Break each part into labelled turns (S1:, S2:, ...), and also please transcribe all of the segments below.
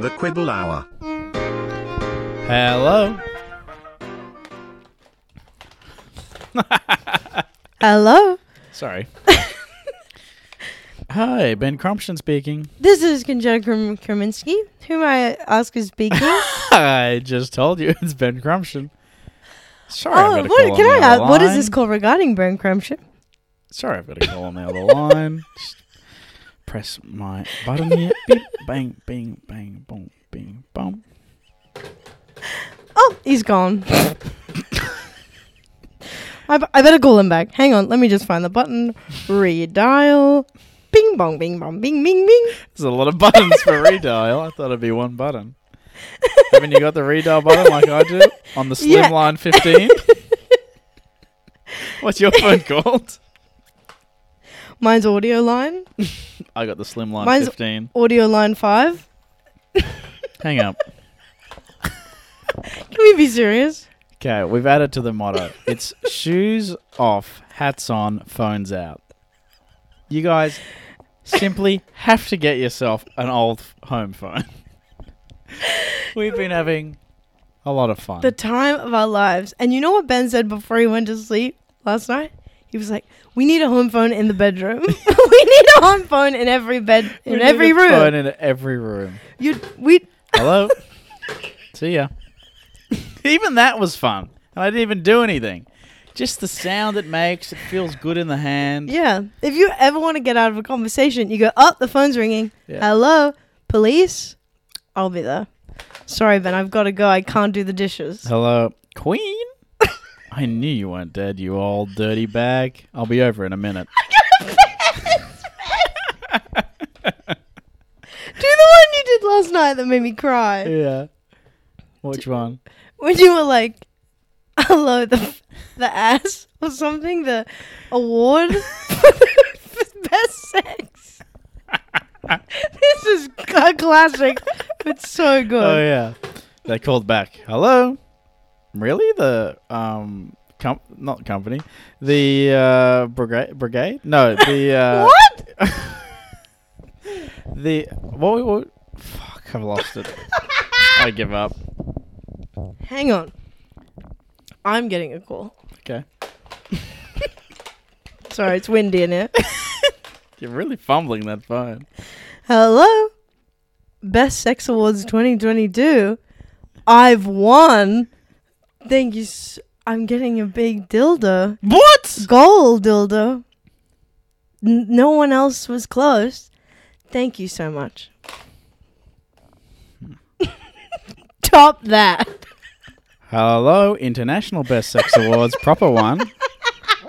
S1: The Quibble Hour.
S2: Hello.
S3: Hello,
S2: Sorry. Hi, Ben Crompton speaking.
S3: this is Kinjana Krim- Kraminsky, whom I ask is speaking. oh,
S2: I just told you it's Ben Crompton. Sorry, I've got a
S3: Oh, what
S2: call
S3: can
S2: on
S3: I
S2: the
S3: ask?
S2: other
S3: What is this
S2: line.
S3: call regarding, Brian Crumption?
S2: Sorry, I've got a call on the other line. Just press my button here. Beep, bang, bing, bang, boom, bing, boom.
S3: Oh, he's gone. I, b- I better call him back. Hang on, let me just find the button. Redial. Bing bong, bing bong, bing bing bing.
S2: There's a lot of buttons for redial. I thought it'd be one button. Haven't you got the redial button like I do on the
S3: Yeah.
S2: Slimline 15? What's your phone called?
S3: Mine's audio line.
S2: I got the Slimline
S3: Mine's-
S2: 15.
S3: Audio line five.
S2: Hang up.
S3: Can we be serious?
S2: Okay, we've added to the motto. It's shoes off, hats on, phones out. You guys simply have to get yourself an old f- home phone. We've been having a lot of fun.
S3: The time of our lives. And you know what Ben said before he went to sleep last night? He was like, "We need a home phone in the bedroom. we need a home phone in every bed,
S2: We
S3: in
S2: need
S3: every
S2: a
S3: room.
S2: phone in every room.
S3: You, we,
S2: Hello. See ya. even that was fun, and I didn't even do anything. Just the sound it makes, it feels good in the hand.
S3: yeah. If you ever want to get out of a conversation, you go, "Oh, the phone's ringing.
S2: Yeah.
S3: Hello, police. I'll be there. Sorry, Ben, I've got to go. I can't do the dishes.
S2: Hello, Queen. I knew you weren't dead, you old dirty bag. I'll be over in a minute.
S3: Do the one you did last night that made me cry
S2: Yeah. Which one?
S3: when you were like, "Hello, the the ass or something." The award for best sex.
S2: Uh,
S3: this is a classic, but so good.
S2: Oh yeah. They called back. Hello. Really? The um, com- not company. The uh, brigade. Brigade? No. The uh,
S3: What?
S2: The what? we- what fuck! I've lost it. I give up.
S3: Hang on. I'm getting a call.
S2: Okay.
S3: Sorry, it's windy in here.
S2: You're really fumbling that phone.
S3: Hello? Best Sex Awards 2022. I've won. Thank you. s I'm getting a big dildo.
S2: What?
S3: Gold dildo. N- no one else was close. Thank you so much. Top that.
S2: Hello, International Best Sex Awards, proper one.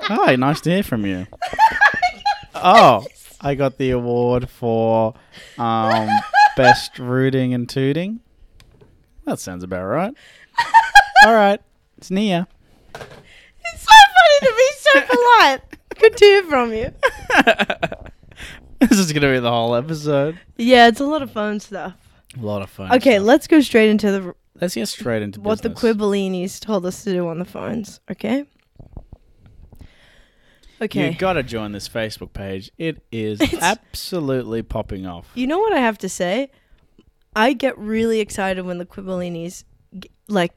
S2: Hi, nice to hear from you. Oh, I got the award for um, best rooting and tooting. That sounds about right. All right, it's Nia.
S3: It's so funny to be so polite. Good to hear from you.
S2: This is gonna be the whole episode.
S3: Yeah, it's a lot of phone stuff.
S2: A lot of fun.
S3: Okay, let's go straight into the
S2: let's get straight into
S3: what the
S2: business.
S3: Quibbellinis told us to do on the phones. Okay. Okay.
S2: You
S3: You,
S2: gotta join this Facebook page. It is
S3: It's-
S2: absolutely popping off.
S3: know what I have to say? I get really excited when the Quibbellinis g- like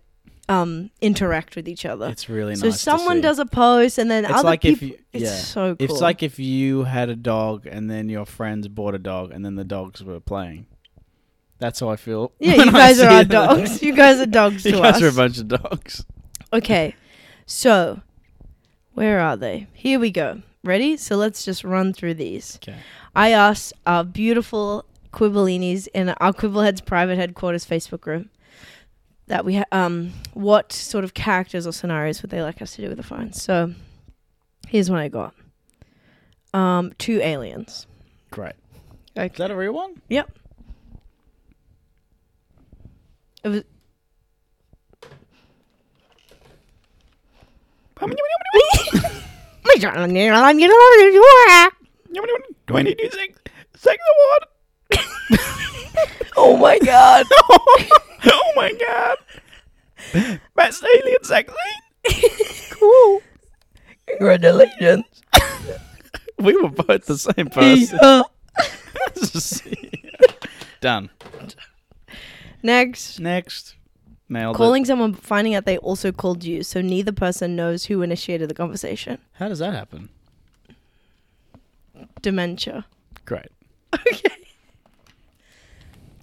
S3: um interact with each other.
S2: It's really
S3: so
S2: nice.
S3: someone
S2: to see.
S3: does a post and then
S2: It's
S3: other
S2: like
S3: people.
S2: if you,
S3: it's
S2: yeah.
S3: so cool.
S2: It's like if you had a dog and then your friends bought a dog and then the dogs were playing. That's how I feel.
S3: yeah,
S2: when
S3: you
S2: I
S3: guys
S2: see
S3: are our
S2: that.
S3: dogs. You guys are dogs to
S2: you guys
S3: us.
S2: are a bunch of dogs.
S3: Okay. So, where are they? Here we go. Ready? So let's just run through these.
S2: Okay.
S3: I asked our beautiful Quibblinis in our Quibbleheads private headquarters Facebook group that we ha- um what sort of characters or scenarios would they like us to do with the phone. So, here's what I got. Um, two aliens.
S2: Great. Is
S3: Okay.
S2: that a real one?
S3: Yep. It was.
S2: Do I need to sing, sing the
S3: oh my god.
S2: word? oh my god. Best alien sex
S3: cool. Congratulations.
S2: We were both the same person. Done.
S3: Next.
S2: Next. Nailed it.
S3: Calling someone, but finding out they also called you, so neither person knows who initiated the conversation.
S2: How does that happen?
S3: Dementia.
S2: Great.
S3: Okay.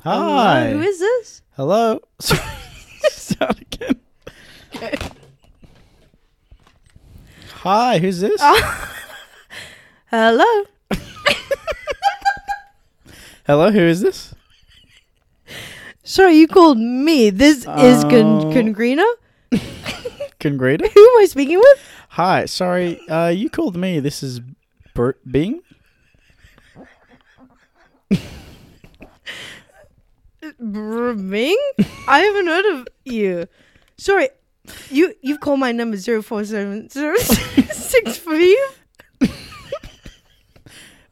S2: Hi.
S3: Oh, Who is this?
S2: Hello. Start again. Hi, who's this?
S3: Ah. Hello.
S2: Hello, who is this?
S3: Sorry, you called me. This is Con-
S2: Oh.
S3: Congrina.
S2: Congreta.
S3: Who am I speaking with?
S2: Hi, sorry, uh, you called me. This is Bert Bing.
S3: Bing? I haven't heard of you. Sorry, you you've called my number zero four seven zero six five.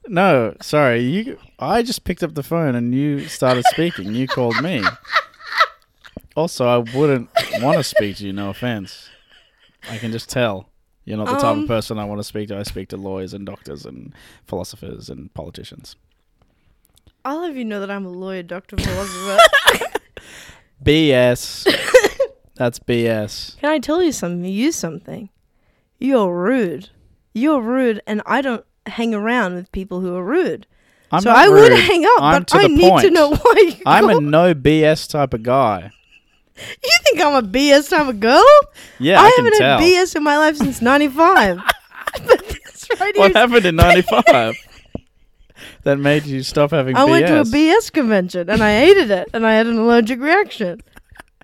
S2: No, sorry, you. I just picked up the phone and you started speaking. You called me. Also, I wouldn't want to speak to you. No offense. I can just tell you're not the type
S3: Um.
S2: of person I want to speak to. I speak to lawyers and doctors and philosophers and politicians.
S3: I'll have you know that I'm a lawyer, Doctor Philosopher.
S2: BS. That's BS.
S3: Can I tell you something? You something? You're rude. You're rude, and I don't hang around with people who are rude.
S2: I'm
S3: so
S2: not
S3: I would
S2: rude.
S3: hang up,
S2: I'm
S3: but
S2: to
S3: I
S2: the
S3: need to
S2: point.
S3: know why you.
S2: I'm a
S3: called.
S2: no BS type of guy.
S3: You think I'm a BS type of girl?
S2: Yeah, I,
S3: I
S2: can
S3: haven't
S2: tell.
S3: had BS in my life since '95. but this right
S2: What
S3: here.
S2: happened in '95 that made you stop having
S3: I
S2: BS?
S3: went to a BS convention and I hated it and I had an allergic reaction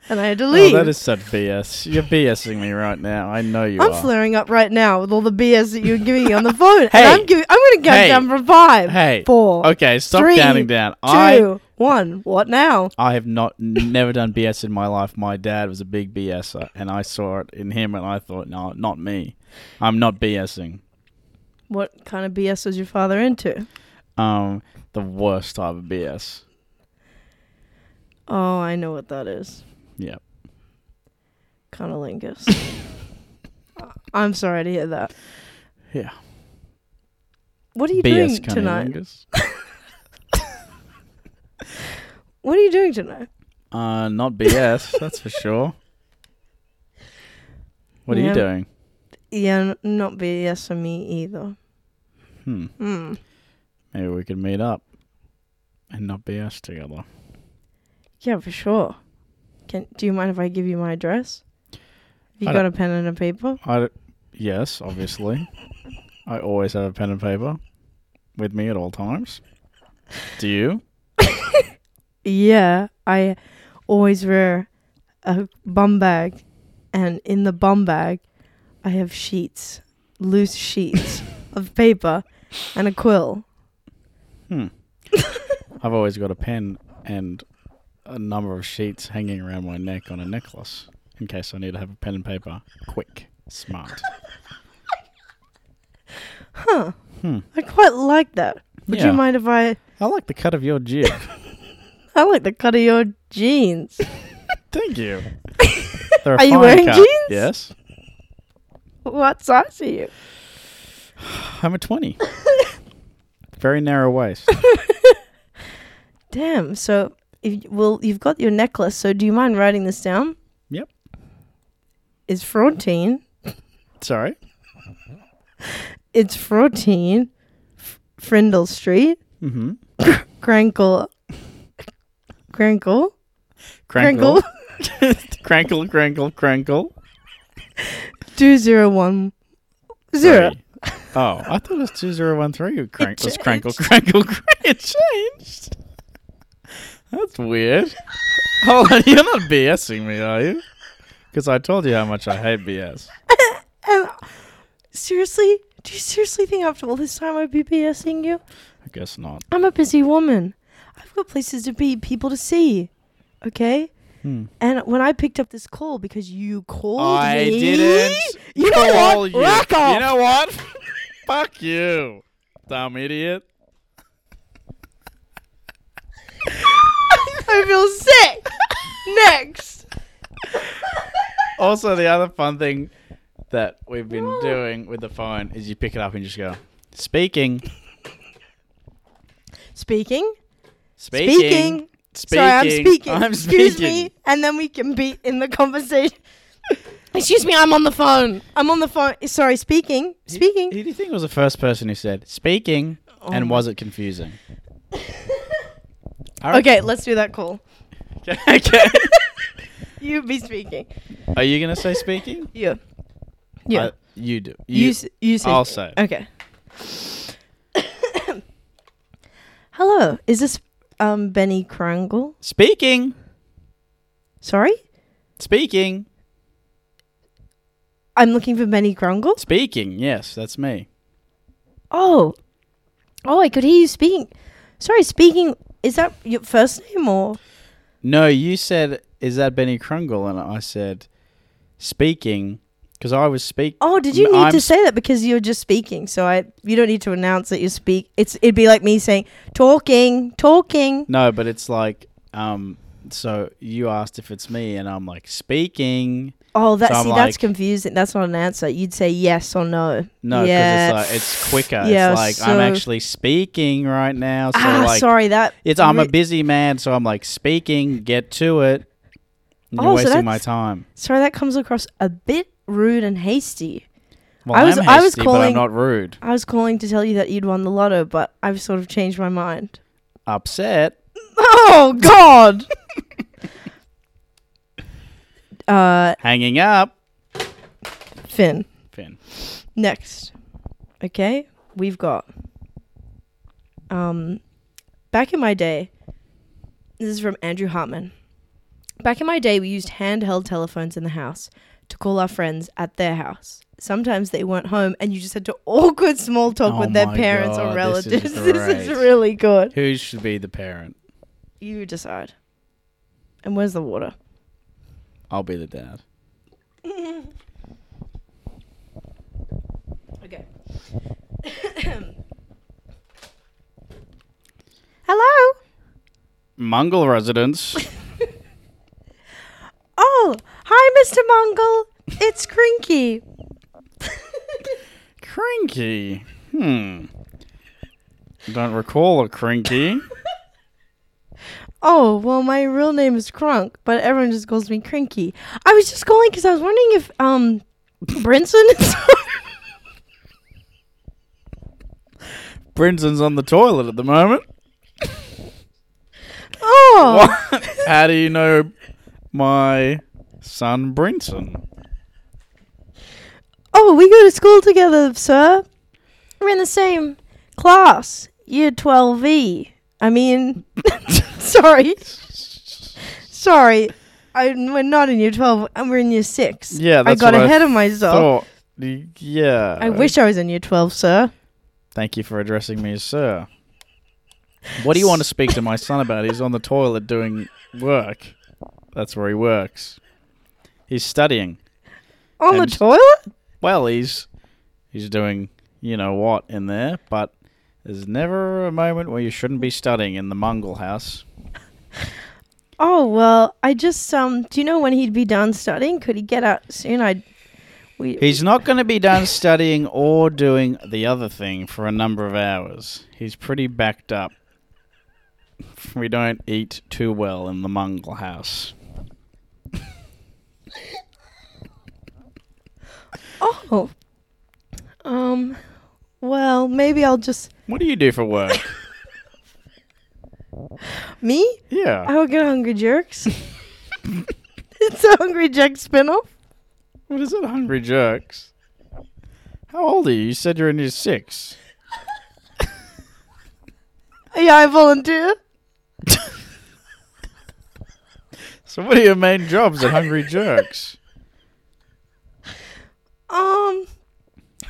S3: and I had to
S2: Oh,
S3: leave.
S2: that is such BS. You're BSing me right now. I know you
S3: I'm
S2: are.
S3: flaring up right now with all the BS that you're giving me on the phone.
S2: Hey.
S3: and I'm giving. I'm going to count
S2: Hey.
S3: down from five,
S2: hey.
S3: four,
S2: Okay, stop
S3: Three,
S2: counting down. I
S3: two, one. What now?
S2: I have not never done BS in my life. My dad was a big BSer, and I saw it in him, and I thought, no, not me. I'm not BSing.
S3: What kind of BS was your father into?
S2: Um, the worst type of BS.
S3: Oh, I know what that is.
S2: Yeah.
S3: Conolingus. I'm sorry to hear that.
S2: Yeah.
S3: What are you
S2: BS
S3: doing tonight?
S2: cunnilingus.
S3: What are you doing tonight?
S2: Uh, not BS, that's for sure. What are
S3: Yeah.
S2: you doing?
S3: Yeah, n- not BS for me either.
S2: Hmm.
S3: Hmm.
S2: Maybe we could meet up and not BS together.
S3: Yeah, for sure. Can do you mind if I give you my address? Have you
S2: I
S3: got a pen and a paper?
S2: I d- yes, obviously. I always have a pen and paper with me at all times. Do you?
S3: Yeah, I always wear a bum bag, and in the bum bag, I have sheets, loose sheets of paper, and a quill.
S2: Hmm. I've always got a pen and a number of sheets hanging around my neck on a necklace in case I need to have a pen and paper. Quick, smart.
S3: Huh.
S2: Hmm.
S3: I quite like that. Would
S2: Yeah.
S3: you mind if I?
S2: I like the cut of your jib.
S3: I like the cut of your jeans.
S2: Thank you.
S3: Are you wearing jeans?
S2: Yes.
S3: what size are you?
S2: I'm a 20. Very narrow waist.
S3: Damn. So, if, well, you've got your necklace. So, do you mind writing this down?
S2: Yep.
S3: It's fraudine.
S2: Sorry.
S3: It's fraudine. F- Frindle Street,
S2: Mm-hmm.
S3: Crankle,
S2: Crankle.
S3: Crankle, Crankle,
S2: Crankle, crankle, crankle.
S3: two zero one zero.
S2: Three. Oh, I thought it was 2013. You Crank- it
S3: It
S2: was crankle, crankle, crankle. It changed. That's weird. Hold on, you're not BSing me, are you? Because I told you how much I hate BS.
S3: And seriously, do you seriously think after all this time I'd be BSing you?
S2: I guess not.
S3: I'm a busy woman. I've got places to be, people to see. Okay.
S2: Hmm.
S3: And when I picked up this call because you called
S2: I
S3: me,
S2: didn't
S3: You know
S2: call
S3: what?
S2: you.
S3: Rack off.
S2: You know what? Fuck you, dumb idiot.
S3: I feel sick. Next.
S2: Also, the other fun thing that we've been
S3: Whoa.
S2: doing with the phone is you pick it up and just go, speaking,
S3: Speaking.
S2: speaking, Speaking.
S3: Sorry, I'm speaking.
S2: I'm
S3: Excuse
S2: speaking.
S3: me, and then we can be in the conversation. Excuse me, I'm on the phone. I'm on the phone. Sorry, speaking. Speaking.
S2: Who do you think was the first person who said speaking?
S3: Oh
S2: and
S3: my-
S2: was it confusing? I reckon-
S3: Okay, let's do that call.
S2: okay.
S3: You be speaking.
S2: Are you gonna say speaking?
S3: Yeah. Yeah.
S2: Uh, you do.
S3: you,
S2: You.
S3: s- you say.
S2: I'll
S3: speaking.
S2: say.
S3: Okay. Hello, is this um Benny Krangle?
S2: speaking.
S3: Sorry,
S2: Speaking.
S3: I'm looking for Benny Krangle.
S2: Speaking. Yes, that's me.
S3: Oh, oh, I could hear you speaking. Sorry, speaking. Is that your first name or?
S2: No, you said, "Is that Benny Krungle?" And I said, "Speaking," because I was speak.
S3: Oh, did you
S2: M-
S3: need
S2: I'm
S3: to
S2: s-
S3: say that because you're just speaking? So I, you don't need to announce that you speak. It's it'd be like me saying talking, talking.
S2: No, but it's like, um, so you asked if it's me, and I'm like, "Speaking."
S3: Oh, that
S2: So I'm
S3: see,
S2: like-
S3: that's confusing. That's not an answer. You'd say yes or no.
S2: No, because
S3: Yeah.
S2: it's like it's quicker.
S3: Yeah,
S2: it's like I'm
S3: so-
S2: actually speaking right now. So
S3: ah,
S2: like,
S3: sorry, that
S2: it's I'm a
S3: re-
S2: busy man, so I'm like speaking. Get to it. And You're
S3: Oh, so
S2: wasting
S3: that's-
S2: my time.
S3: sorry that comes across a bit rude and hasty.
S2: Well,
S3: I
S2: I
S3: was-
S2: was
S3: I was
S2: but
S3: calling-
S2: I'm not rude.
S3: I was calling to tell you that you'd won the lotto, but I've sort of changed my mind.
S2: Upset.
S3: Oh God. uh,
S2: Hanging up.
S3: Finn.
S2: Finn.
S3: Next. Okay, we've got um back in my day this is from Andrew Hartman. Back in my day we used handheld telephones in the house to call our friends at their house. Sometimes they weren't home and you just had to awkward small talk
S2: Oh
S3: with their
S2: my
S3: parents or
S2: God, this is
S3: relatives. this
S2: great.
S3: is really good.
S2: Who should be the parent?
S3: You decide. And where's the water?
S2: I'll be the dad.
S3: Okay. Hello?
S2: Mongol residents.
S3: Oh, hi, Mr. Mongol. It's Crinky.
S2: Cranky. Hmm. Don't recall a cranky.
S3: Oh, well, my real name is Crunk, but everyone just calls me Crinky. I was just calling because I was wondering if, um, Brinson is.
S2: Brinson's on the toilet at the moment.
S3: oh!
S2: What? How do you know my son Brinson?
S3: Oh, we go to school together, sir. We're in the same class, year 12E. I mean, sorry. Sorry. I, we're not in year 12, and we're in year 6.
S2: Yeah,
S3: I
S2: that's
S3: got
S2: what I
S3: ahead of
S2: Thought.
S3: myself.
S2: Yeah.
S3: I wish I was in year 12, sir.
S2: Thank you for addressing me as sir. What do you want to speak to my son about? He's on the toilet doing work. That's where he works. He's studying.
S3: On
S2: I'm
S3: the
S2: s-
S3: toilet?
S2: Well, he's he's doing you know what in there, but there's never a moment where you shouldn't be studying in the Mongol house.
S3: Oh, well, I just, um, do you know when he'd be done studying? Could he get out soon? I'd. We,
S2: He's not going to be done studying or doing the other thing for a number of hours. He's pretty backed up. We don't eat too well in the Mongol house.
S3: oh. Um, well, maybe I'll just.
S2: What do you do for work?
S3: Me?
S2: Yeah.
S3: I would get Hungry Jerks. it's a Hungry Jack spinoff.
S2: What is it, Hungry Jerks? How old are you? You said you're in your six.
S3: Yeah, I volunteer.
S2: So what are your main jobs at Hungry Jerks?
S3: Um,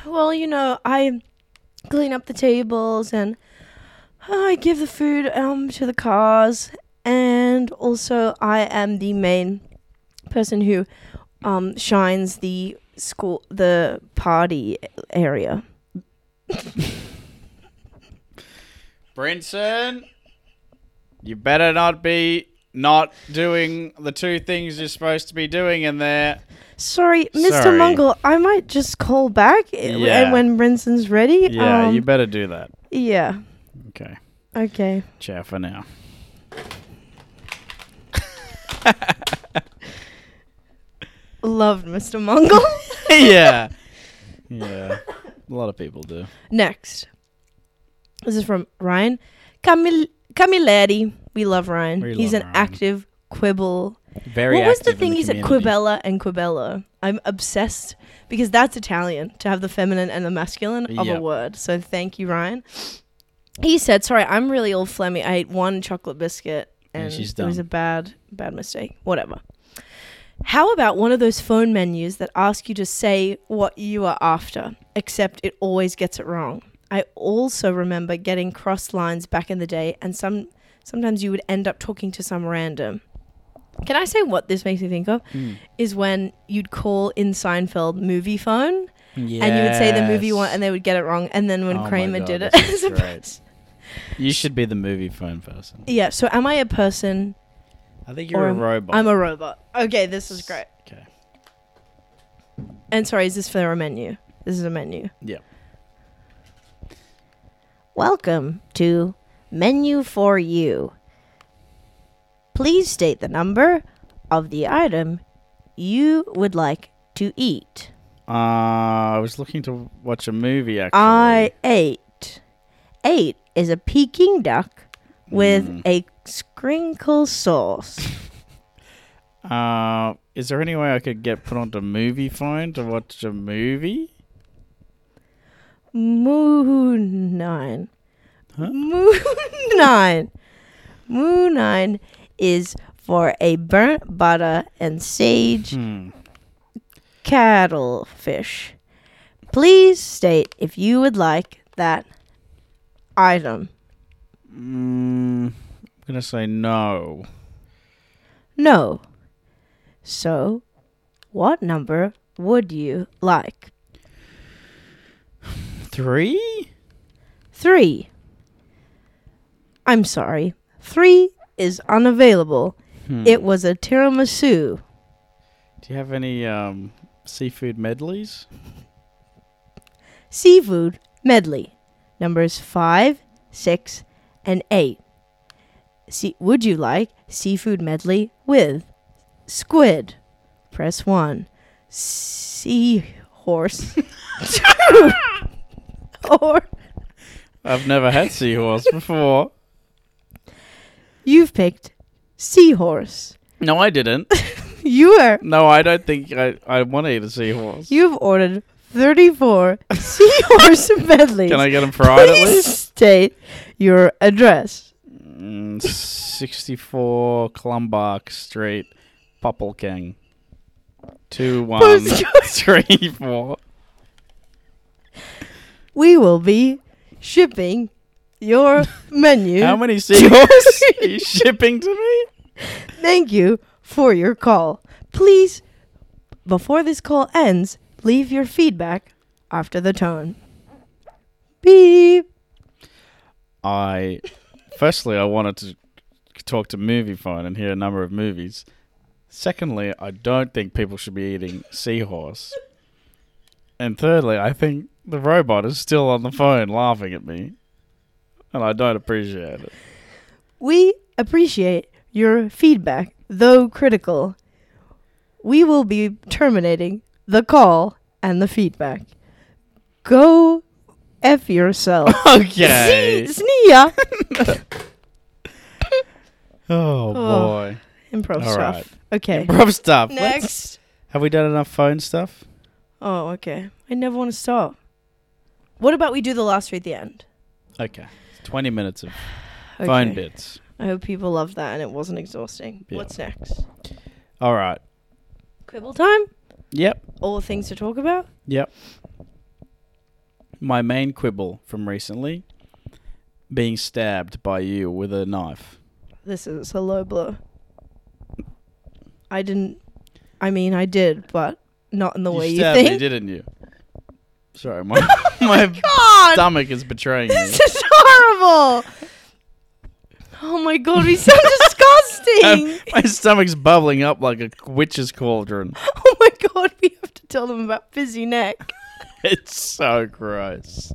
S3: well, you know, I clean up the tables and I give the food um to the cars, and also I am the main person who um shines the school the party area.
S2: Brinson, you better not be not doing the two things you're supposed to be doing in there.
S3: Sorry, Mr.
S2: Sorry.
S3: Mungle, I might just call back i-
S2: Yeah.
S3: when Brinson's ready.
S2: Yeah,
S3: um,
S2: you better do that.
S3: yeah.
S2: Okay.
S3: Okay.
S2: Ciao for now.
S3: Loved Mr. Mungle.
S2: yeah. Yeah. A lot of people do.
S3: Next. This is from Ryan Camil- Camilleri. We love Ryan.
S2: We
S3: He's
S2: love
S3: an
S2: Ryan.
S3: active quibble.
S2: Very
S3: what was the
S2: active in
S3: thing he said?
S2: community.
S3: Quibella and Quibello. I'm obsessed because that's Italian to have the feminine and the masculine of
S2: Yep.
S3: a word. So thank you, Ryan. He said, "Sorry, I'm really all phlegmy. I ate one chocolate biscuit,
S2: Yeah,
S3: and
S2: she's
S3: it was
S2: dumb.
S3: a bad, bad mistake. Whatever. How about one of those phone menus that ask you to say what you are after, except it always gets it wrong? I also remember getting crossed lines back in the day, and some sometimes you would end up talking to some random. Can I say what this makes me think of?
S2: Mm.
S3: Is when you'd call in Seinfeld movie phone,
S2: Yes.
S3: and you would say the movie one, and they would get it wrong, and then when
S2: Oh my
S3: Kramer
S2: God,
S3: did it,
S2: this is
S3: as a
S2: great.
S3: pers-
S2: you should be the movie phone person.
S3: yeah. So am I a person?
S2: I think
S3: or
S2: you're a
S3: am-
S2: robot.
S3: I'm a robot. Okay, this is great.
S2: Okay.
S3: And sorry, is this for a menu? This is a menu.
S2: Yeah.
S3: Welcome to Menu for You. Please state the number of the item you would like to eat.
S2: Uh, I was looking to watch a movie actually.
S3: I ate. Eight is a Peking duck with
S2: Mm.
S3: a sprinkle sauce.
S2: Uh, is there any way I could get put onto movie phone to watch a movie?
S3: Moon Nine.
S2: Huh?
S3: Moon Nine. Moon Nine is for a burnt butter and sage
S2: Hmm.
S3: cattlefish. Please state if you would like that item.
S2: Mm, I'm gonna say no.
S3: No. So, what number would you like?
S2: Three?
S3: Three. I'm sorry. Three is unavailable.
S2: Hmm.
S3: It was a tiramisu.
S2: Do you have any um seafood medleys?
S3: Seafood medley. Numbers five, six, and eight. See, would you like seafood medley with squid? Press one. Seahorse. two. Or
S2: I've never had seahorse before.
S3: you've picked seahorse.
S2: No, I didn't.
S3: You are.
S2: No, I don't think I, I want to eat a seahorse.
S3: You've ordered thirty-four seahorse medleys.
S2: Can I get them fried at
S3: Please
S2: least?
S3: state your address.
S2: Mm, 64 Clumbach Street, Popple King. Two, one,
S3: Postcode.
S2: three, four.
S3: we will be shipping your menu.
S2: How many seahorses are you shipping to me?
S3: Thank you for your call. Please, before this call ends, leave your feedback after the tone. Beep.
S2: I, firstly, I wanted to talk to Movie Phone and hear a number of movies. Secondly, I don't think people should be eating seahorse. And thirdly, I think the robot is still on the phone laughing at me. And I don't appreciate it.
S3: We appreciate your feedback, though critical. We will be terminating the call and the feedback. Go F yourself.
S2: Okay.
S3: Sneer.
S2: Oh,
S3: Oh.
S2: boy.
S3: Improv
S2: All right.
S3: stuff. Okay.
S2: Prop stuff. Let's-
S3: Next.
S2: Have we done enough phone stuff?
S3: Oh, okay. I never want to stop. What about we do the last three at the end?
S2: Okay. 20 minutes of
S3: Okay.
S2: phone bits.
S3: I hope people loved that and it wasn't exhausting.
S2: Yeah.
S3: What's next?
S2: All right.
S3: Quibble time?
S2: Yep.
S3: All things to talk about?
S2: Yep. My main quibble from recently being stabbed by you with a knife.
S3: This is a low blow. I didn't. I mean, I did, but not in the way you
S2: stabbed me,
S3: think.
S2: didn't you? Sorry, my, my
S3: God!
S2: stomach is betraying me.
S3: This is horrible! Oh my god, we sound disgusting!
S2: my stomach's bubbling up like a witch's cauldron.
S3: oh my god, we have to tell them about Fizzy Neck.
S2: It's so gross.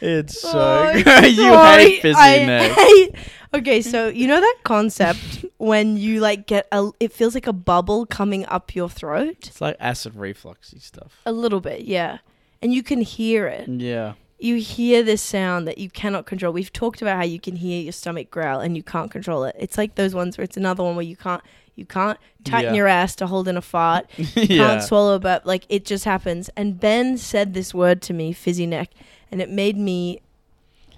S2: It's so
S3: Oh,
S2: gross. You
S3: sorry,
S2: hate fizzy
S3: I
S2: neck.
S3: hate- Okay, so you know that concept when you like get a, it feels like a bubble coming up your throat?
S2: It's like acid refluxy stuff.
S3: A little bit, yeah. And you can hear it.
S2: Yeah.
S3: You hear this sound that you cannot control. We've talked about how you can hear your stomach growl and you can't control it. It's like those ones where it's another one where you can't you can't tighten
S2: Yeah.
S3: your ass to hold in a fart.
S2: yeah.
S3: can't swallow, but like it just happens. And Ben said this word to me, fizzy neck, and it made me,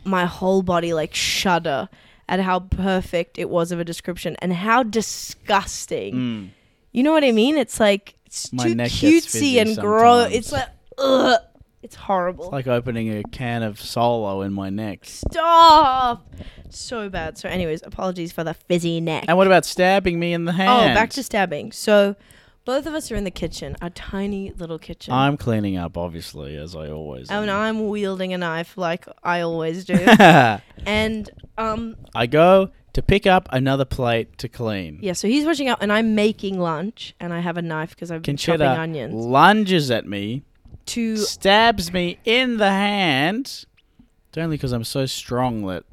S3: my whole body like shudder at how perfect it was of a description and how disgusting.
S2: Mm.
S3: You know what I mean? It's like it's
S2: My
S3: too
S2: neck gets
S3: cutesy
S2: fizzy
S3: and gross.
S2: sometimes.
S3: It's like ugh, it's horrible.
S2: It's like opening a can of Solo in my neck.
S3: Stop! So bad. So, anyways, apologies for the fizzy neck.
S2: And what about stabbing me in the
S3: oh,
S2: hand?
S3: back to stabbing. So, both of us are in the kitchen, our tiny little kitchen.
S2: I'm cleaning up, obviously, as I always.
S3: and
S2: am.
S3: I'm wielding a knife like I always do. and um
S2: I go to pick up another plate to clean.
S3: yeah, so he's washing up and I'm making lunch and I have a knife because I've been chopping
S2: Conchetta
S3: onions.
S2: lunges at me,
S3: To
S2: stabs me in the hand. It's only because I'm so strong that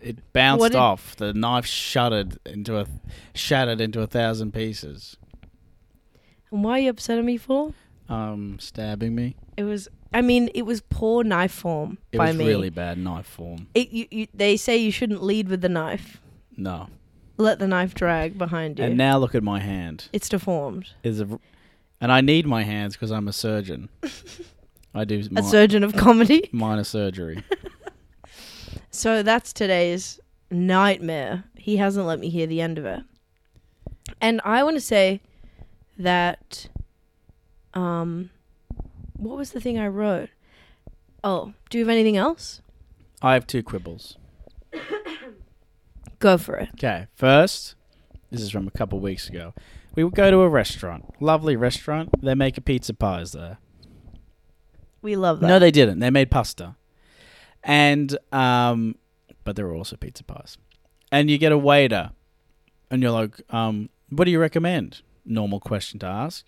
S2: it bounced
S3: What did-
S2: off. The knife shuddered into a shattered into a thousand pieces.
S3: and why are you upset at me for?
S2: Um, stabbing me.
S3: It was I mean, it was poor knife form
S2: It
S3: by
S2: was
S3: me.
S2: really bad knife form.
S3: it, you, you, they say you shouldn't lead with the knife.
S2: No.
S3: Let the knife drag behind you.
S2: And now look at my hand.
S3: it's deformed.
S2: Is a, and I need my hands because I'm a surgeon. I do mi-
S3: A surgeon of comedy.
S2: minor surgery.
S3: So that's today's nightmare. He hasn't let me hear the end of it. And I want to say that um what was the thing I wrote? Oh, do you have anything else?
S2: I have two quibbles.
S3: Go for it.
S2: Okay, first, this is from a couple weeks ago. We would go to a restaurant, lovely restaurant. They make a pizza pies there.
S3: We love that.
S2: No, they didn't. They made pasta, and um, but there were also pizza pies. And you get a waiter, and you're like, um, "What do you recommend?" Normal question to ask,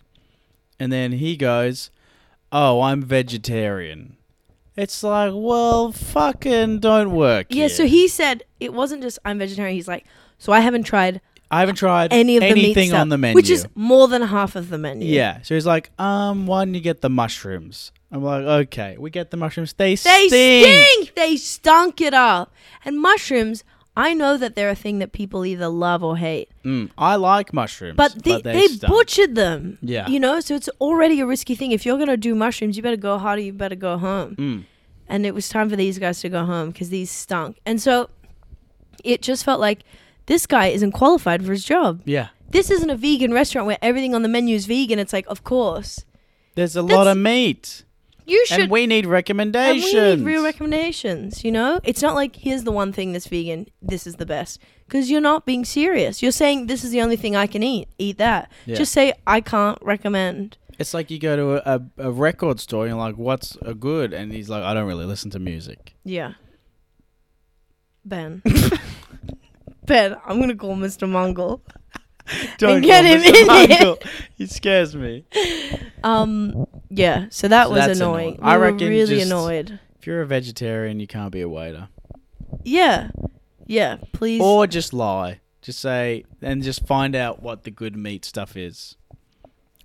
S2: and then he goes, "Oh, I'm vegetarian." It's like, well, fucking don't work.
S3: yeah, so he said it wasn't just I'm vegetarian. He's like, so I haven't tried
S2: I haven't tried
S3: any of the meat
S2: anything
S3: stuff,
S2: on the menu,
S3: which is more than half of the menu.
S2: Yeah. So he's like, um, why don't you get the mushrooms? I'm like, okay, we get the mushrooms. They,
S3: They
S2: stink.
S3: stink. They stunk it up. And mushrooms, I know that they're a thing that people either love or hate.
S2: Mm, I like mushrooms,
S3: But they, they,
S2: stink.
S3: butchered them.
S2: Yeah.
S3: You know, so it's already a risky thing. If you're going to do mushrooms, you better go hard or you better go home.
S2: Mm.
S3: And it was time for these guys to go home because these stunk. And so it just felt like this guy isn't qualified for his job.
S2: Yeah.
S3: This isn't a vegan restaurant where everything on the menu is vegan. It's like, of course.
S2: There's a
S3: That's-
S2: lot of meat,
S3: You should.
S2: and we need
S3: and
S2: recommendations.
S3: we need real recommendations, you know? It's not like here's the one thing that's vegan, this is the best. Because you're not being serious. You're saying this is the only thing I can eat, eat that.
S2: Yeah.
S3: Just say, I can't recommend
S2: it's like you go to a, a, a record store and you're like, "What's a good?" And he's like, "I don't really listen to music."
S3: Yeah. Ben. ben, I'm gonna call Mr. Mongol. Don't get call him Mr. in Michael.
S2: He scares me.
S3: Um. Yeah. So that
S2: So
S3: was
S2: that's
S3: annoying.
S2: annoying.
S3: We
S2: I
S3: were
S2: reckon
S3: really
S2: just-
S3: annoyed.
S2: If you're a vegetarian, you can't be a waiter,
S3: Yeah. Yeah. Please.
S2: or just lie. Just say and just find out what the good meat stuff is.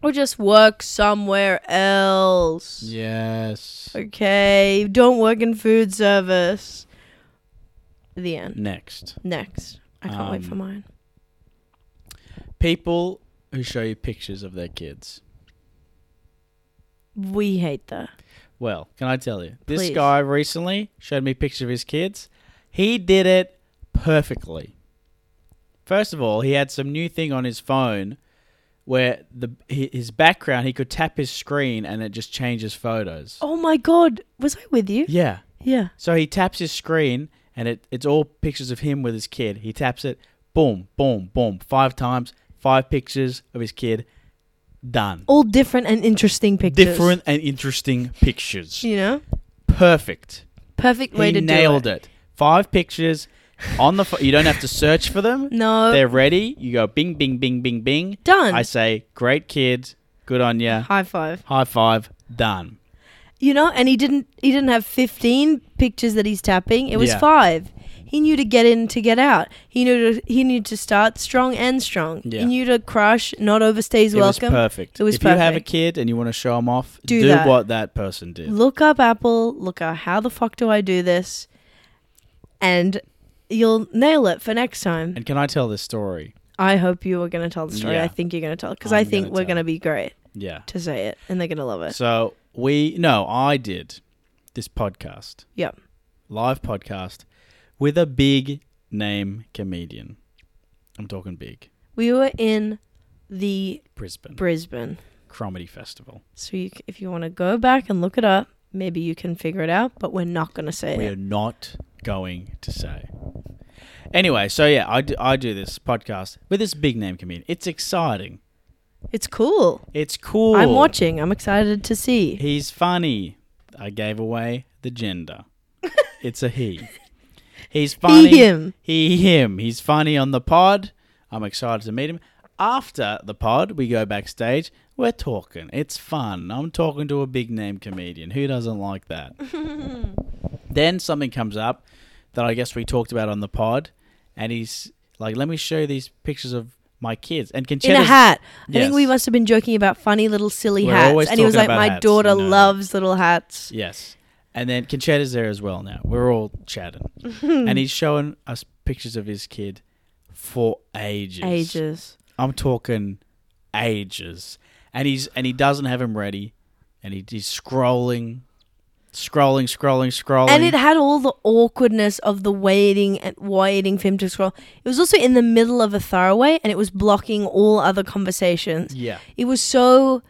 S3: or just work somewhere else.
S2: Yes.
S3: Okay. Don't work in food service. The end.
S2: Next,
S3: Next. I can't wait
S2: Um,
S3: for mine.
S2: people who show you pictures of their kids.
S3: We hate that.
S2: Well, can I tell you? This
S3: Please.
S2: guy recently showed me a picture of his kids. He did it perfectly. First of all, he had some new thing on his phone where the hi- his background he could tap his screen and it just changes photos.
S3: Oh my god. Was I with you?
S2: Yeah.
S3: Yeah.
S2: So he taps his screen and it, it's all pictures of him with his kid. He taps it, boom, boom, boom, five times, five pictures of his kid. Done.
S3: All different and interesting pictures.
S2: Different and interesting pictures.
S3: You know.
S2: Perfect.
S3: Perfect way
S2: He
S3: to
S2: nailed
S3: do it.
S2: it. Five pictures on the pho- you don't have to search for them.
S3: No.
S2: They're ready. You go bing bing bing bing bing.
S3: Done.
S2: I say great kid. Good on ya.
S3: High five.
S2: High five. Done.
S3: You know, and he didn't he didn't have 15 pictures that he's tapping. It was
S2: Yeah.
S3: 5. He He knew to get in to get out. He knew to, he knew to start strong and strong.
S2: Yeah.
S3: He knew to crush, not overstay his
S2: it
S3: welcome.
S2: was perfect.
S3: It was
S2: if you have a
S3: perfect.
S2: kid and you want to show them off,
S3: Do
S2: do,
S3: that.
S2: what that person did.
S3: Look up Apple. Look up how the fuck do I do this, and you'll nail it for next time.
S2: And can I tell this story?
S3: I hope you are going to tell the story.
S2: Yeah.
S3: I think you're going to tell because I
S2: I'm
S3: think
S2: gonna
S3: we're
S2: tell.
S3: going to be great
S2: Yeah.
S3: to say it, and they're going to love it.
S2: So we no, I did this podcast,
S3: Yep.
S2: live podcast, with a big name comedian. I'm talking big
S3: We were in the
S2: Brisbane
S3: Brisbane,
S2: Comedy Festival.
S3: so you, c- if you want to go back and look it up, maybe you can figure it out. But we're not going to say
S2: We are
S3: it.
S2: not going to say. Anyway, so yeah, I do, I do this podcast with this big name comedian. It's exciting.
S3: It's cool.
S2: It's cool.
S3: I'm watching. I'm excited to see.
S2: He's funny. I gave away the gender. it's a he. He's funny.
S3: him.
S2: He, him. He's funny on the pod. I'm excited to meet him. After the pod, we go backstage. We're talking. It's fun. I'm talking to a big name comedian. Who doesn't like that? then something comes up that I guess we talked about on the pod, and he's like, "Let me show you these pictures of my kids." And
S3: In
S2: Conchetta's
S3: a hat. I
S2: Yes.
S3: think we must have been joking about funny little silly
S2: We're
S3: hats.
S2: always
S3: And he was
S2: talking
S3: like,
S2: about
S3: My
S2: hats,
S3: daughter
S2: you know."
S3: loves little hats.
S2: Yes. And then Conchetta's there as well now. We're all chatting. and he's showing us pictures of his kid for ages.
S3: Ages.
S2: I'm talking ages. And he's and he doesn't have him ready. And he, he's scrolling, scrolling, scrolling, scrolling.
S3: And it had all the awkwardness of the waiting and waiting for him to scroll. It was also in the middle of a throwaway and it was blocking all other conversations.
S2: yeah.
S3: It was so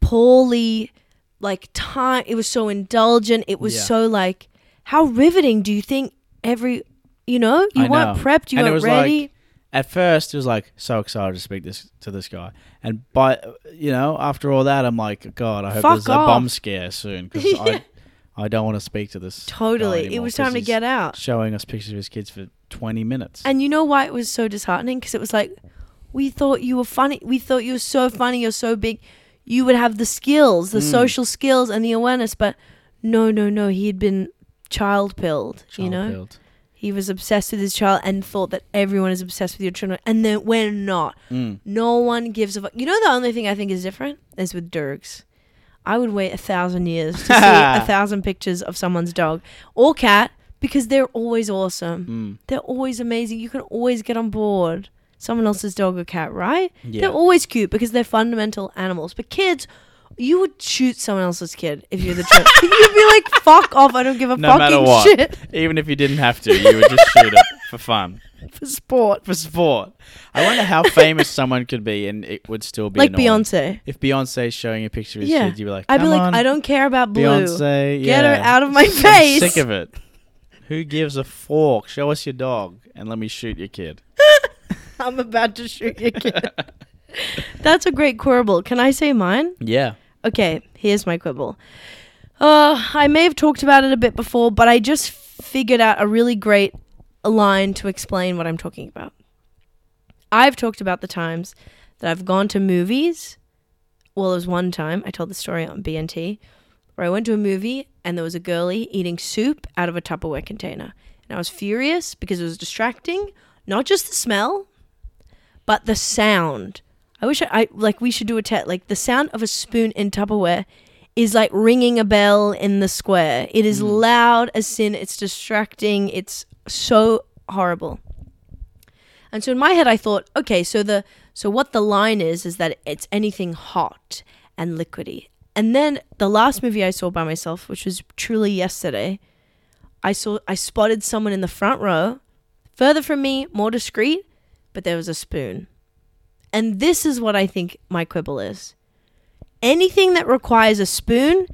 S3: poorly, like, time. It was so indulgent. It was
S2: Yeah.
S3: so, like, how riveting do you think every, you know, you
S2: I
S3: weren't
S2: know.
S3: prepped, you
S2: And it
S3: weren't
S2: was
S3: ready.
S2: Like, at first, it was like so excited to speak this to this guy, and by you know, after all that, I'm like, God, I hope
S3: Fuck
S2: there's
S3: off.
S2: a bomb scare soon because I, I don't want to speak to this. guy
S3: Totally. It
S2: anymore
S3: was
S2: 'cause
S3: time to
S2: he's
S3: get out.
S2: Showing us pictures of his kids for 20 minutes.
S3: And you know why it was so disheartening? Because it was like, we thought you were funny. We thought you were so funny. You're so big. You would have the skills,
S2: Mm.
S3: the social skills, and the awareness. But no, no, no. He had been child pilled. You know,
S2: Child-pilled.
S3: he was obsessed with his child and thought that everyone is obsessed with your children. And then we're not.
S2: Mm.
S3: No one gives a fuck. You know, the only thing I think is different is with Dirks. I would wait a thousand years to see a thousand pictures of someone's dog or cat because they're always awesome.
S2: Mm.
S3: They're always amazing. You can always get on board someone else's dog or cat, right?
S2: Yeah.
S3: They're always cute because they're fundamental animals. But kids, you would shoot someone else's kid if you're the child. You'd be like, "Fuck off! I don't give a
S2: No matter
S3: fucking
S2: what,
S3: shit
S2: even if you didn't have to, you would just shoot it for fun,
S3: for sport."
S2: for sport. I wonder how famous someone could be, and it would still be
S3: Like
S2: annoying.
S3: Beyonce.
S2: If Beyonce's showing a picture of his
S3: Yeah.
S2: kids, you'd be like,
S3: I'd be
S2: "Come
S3: like,
S2: on,
S3: I don't care about blue.
S2: Beyonce,
S3: Get her
S2: yeah.
S3: out of my
S2: I'm
S3: face.
S2: sick of it. Who gives a fork? Show us your dog and let me shoot your kid.
S3: I'm about to shoot your kid. That's a great quibble. Can I say mine?
S2: Yeah.
S3: Okay, here's my quibble. Uh, I may have talked about it a bit before, but I just figured out a really great line to explain what I'm talking about. I've talked about the times that I've gone to movies. Well, there was one time I told the story on BNT where I went to a movie and there was a girlie eating soup out of a Tupperware container. And I was furious because it was distracting, not just the smell, but the sound. I wish I, I like we should do a test. Like the sound of a spoon in Tupperware is like ringing a bell in the square. It is loud as sin. It's distracting. It's so horrible. And so in my head, I thought, okay, so the so what the line is is that it's anything hot and liquidy. And then the last movie I saw by myself, which was truly yesterday, I saw I spotted someone in the front row, further from me, more discreet, but there was a spoon. And this is what I think my quibble is. Anything that requires a spoon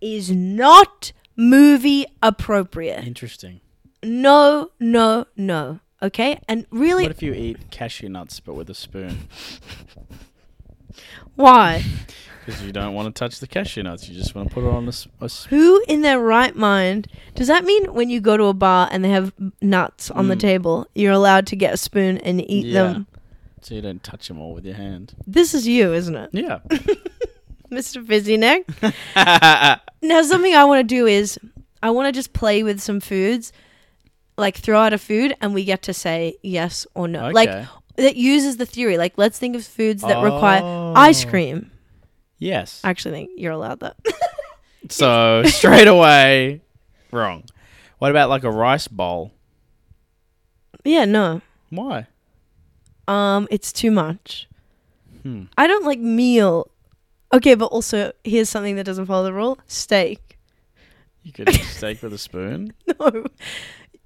S3: is not movie appropriate.
S2: Interesting.
S3: No, no, no. Okay? And really
S2: What if you eat cashew nuts but with a spoon?
S3: why?
S2: Because you don't want to touch the cashew nuts. You just want to put it on a, s- a s-
S3: Who in their right mind does that mean when you go to a bar and they have nuts on the table, you're allowed to get a spoon and eat
S2: Mm. Yeah.
S3: them?
S2: so you don't touch them all with your hand.
S3: This is you, isn't it?
S2: Yeah.
S3: Mr. Fizzy Neck. now, something I want to do is I want to just play with some foods like throw out a food and we get to say yes or no. Like
S2: Okay.
S3: that uses the theory. Like let's think of foods that require ice
S2: Oh.
S3: cream.
S2: Yes.
S3: I actually think you're allowed that.
S2: So straight away, wrong. What about like a rice bowl?
S3: yeah, no.
S2: Why?
S3: Um, it's too much.
S2: Hmm.
S3: I don't like meal. Okay, but also here's something that doesn't follow the rule: steak.
S2: You could have steak with a spoon.
S3: No,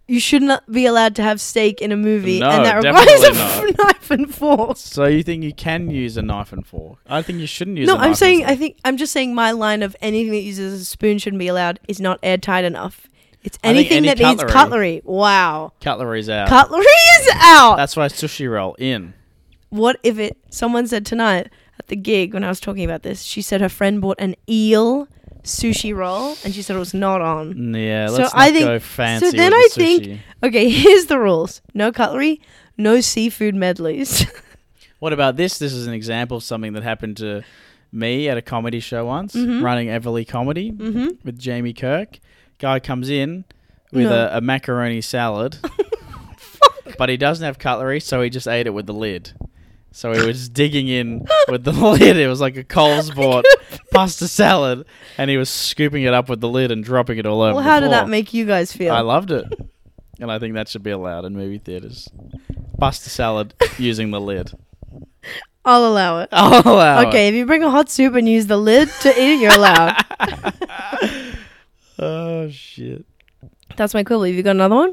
S3: you should not be allowed to have steak in a movie,
S2: No,
S3: and that requires
S2: definitely
S3: a knife and fork.
S2: So you think you can use a knife and fork? I think you shouldn't use.
S3: no,
S2: a knife
S3: I'm
S2: and
S3: saying
S2: fork.
S3: I think I'm just saying my line of anything that uses a spoon shouldn't be allowed is not airtight enough. It's
S2: I think
S3: anything
S2: any
S3: that needs
S2: cutlery.
S3: cutlery. Wow,
S2: cutlery's out.
S3: cutlery is out.
S2: That's why sushi roll in.
S3: what if it? Someone said tonight at the gig when I was talking about this, she said her friend bought an eel sushi roll and she said it was not on.
S2: Mm, Yeah,
S3: So
S2: let's
S3: I
S2: not
S3: think-
S2: go fancy.
S3: so then
S2: with
S3: I
S2: the
S3: think-
S2: sushi.
S3: Okay, here's the rules: no cutlery, no seafood medleys.
S2: What about this? This is an example of something that happened to me at a comedy show once,
S3: Mhm.
S2: running Everly Comedy
S3: hmm
S2: with Jamie Kirk. Guy comes in with
S3: No.
S2: a, a macaroni salad, but he doesn't have cutlery, so he just ate it with the lid. So he was digging in with the lid. It was like a Coles bought pasta salad, and he was scooping it up with the lid and dropping it all over.
S3: Well,
S2: the
S3: how did that
S2: floor.
S3: make you guys feel?
S2: I loved it, and I think that should be allowed in movie theaters. Pasta salad using the lid. Oh,
S3: I'll allow it.
S2: I'll allow it.
S3: Oh, Okay, if you bring a hot soup and use the lid to eat it, you're allowed.
S2: oh shit.
S3: That's my quibble. Have you got another one?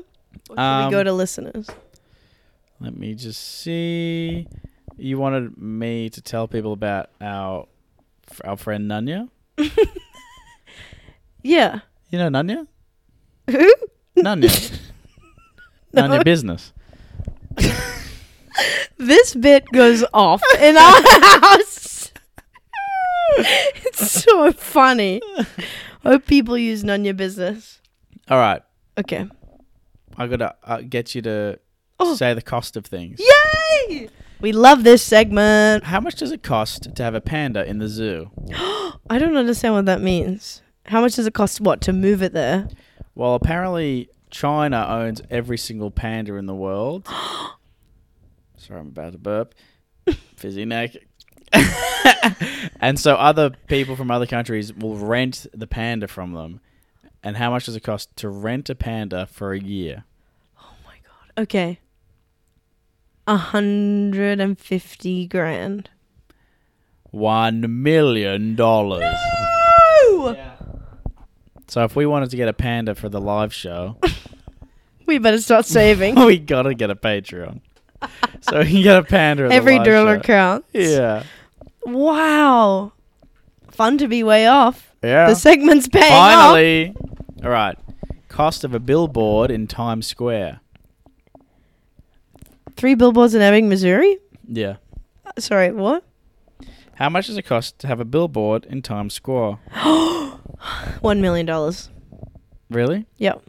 S3: Or should
S2: Um,
S3: we go to listeners?
S2: Let me just see. You wanted me to tell people about our our friend Nanya.
S3: Yeah.
S2: You know Nanya?
S3: Who?
S2: Nanya. Nanya business.
S3: This bit goes off in our house. it's so funny. Hope people use none your business.
S2: All right.
S3: Okay.
S2: I gotta uh, get you to
S3: Oh.
S2: say the cost of things.
S3: Yay! We love this segment.
S2: How much does it cost to have a panda in the zoo?
S3: I don't understand what that means. How much does it cost? What to move it there?
S2: Well, apparently China owns every single panda in the world. Sorry, I'm about to burp. Fizzy neck. and so other people from other countries will rent the panda from them. And how much does it cost to rent a panda for a year?
S3: Okay. A hundred and fifty grand.
S2: One million dollars.
S3: Oh!
S2: So if we wanted to get a panda for the live show,
S3: We better start saving.
S2: we gotta get a Patreon. So we can get a panda. at the
S3: Every
S2: live
S3: dollar
S2: show.
S3: counts.
S2: Yeah.
S3: Wow. Fun to be way off.
S2: Yeah.
S3: The segment's paying off.
S2: Finally. All right. Cost of a billboard in Times Square.
S3: Three billboards in Ebbing, Missouri.
S2: Yeah.
S3: Uh, Sorry, what?
S2: How much does it cost to have a billboard in Times Square?
S3: One million dollars.
S2: Really?
S3: Yep.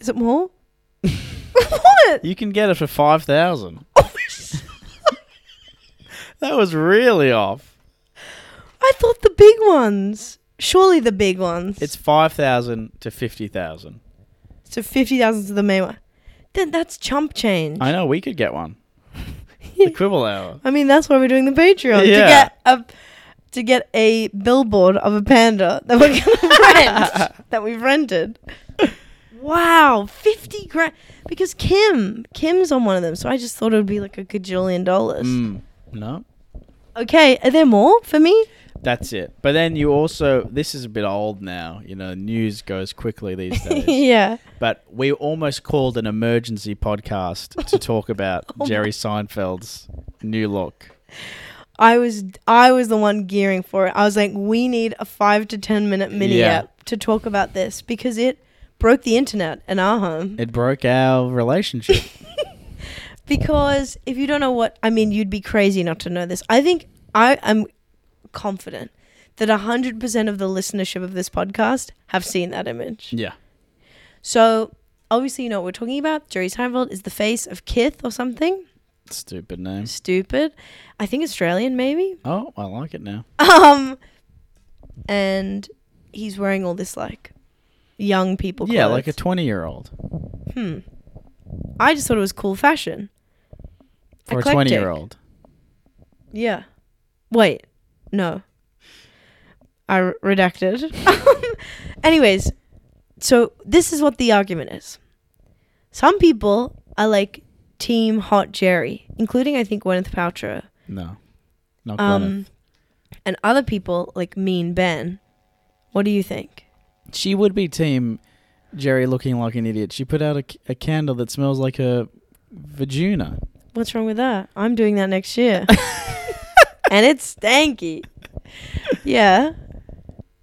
S3: Is it more? what?
S2: You can get it for 5,000. That was really off.
S3: I thought the big ones. Surely the big ones.
S2: It's 5,000 to 50,000.
S3: so fifty thousand to the main one. Then that's chump change.
S2: I know we could get one. the quibble hour.
S3: I mean, that's why we're doing the Patreon
S2: Yeah.
S3: to get a to get a billboard of a panda that we're gonna rent that we've rented. Wow, fifty grand because Kim Kim's on one of them, so I just thought it would be like a gajillion dollars.
S2: Mm. No.
S3: Okay, are there more for me?
S2: That's it. But then you also, this is a bit old now. You know, news goes quickly these days.
S3: yeah.
S2: But we almost called an emergency podcast to talk about
S3: Oh
S2: Jerry Seinfeld's new look.
S3: I was I was the one gearing for it. I was like, we need a five to ten minute mini
S2: Yeah.
S3: app to talk about this because it broke the internet in our home.
S2: It broke our relationship.
S3: Because if you don't know what I mean, you'd be crazy not to know this. I think I am confident that 100% of the listenership of this podcast have seen that image.
S2: yeah.
S3: So, obviously, you know what we're talking about. Jerry Seinfeld is the face of Kith or something.
S2: Stupid name.
S3: Stupid. I think Australian, maybe.
S2: Oh, I like it now.
S3: Um, and he's wearing all this, like, young people.
S2: yeah, like a
S3: clothes.
S2: twenty-year-old
S3: hmm. I just thought it was cool fashion.
S2: for
S3: Eclectic.
S2: a twenty-year-old.
S3: Yeah. Wait. No. I re- redacted. Anyways, so this is what the argument is. Some people are like team hot Jerry, including I think Gwyneth Paltrow.
S2: No, not Gwyneth.
S3: Um, and other people like Mean Ben. What do you think?
S2: She would be team Jerry looking like an idiot. She put out a, c- a candle that smells like a vagina.
S3: What's wrong with that? I'm doing that next year. and it's stanky. Yeah.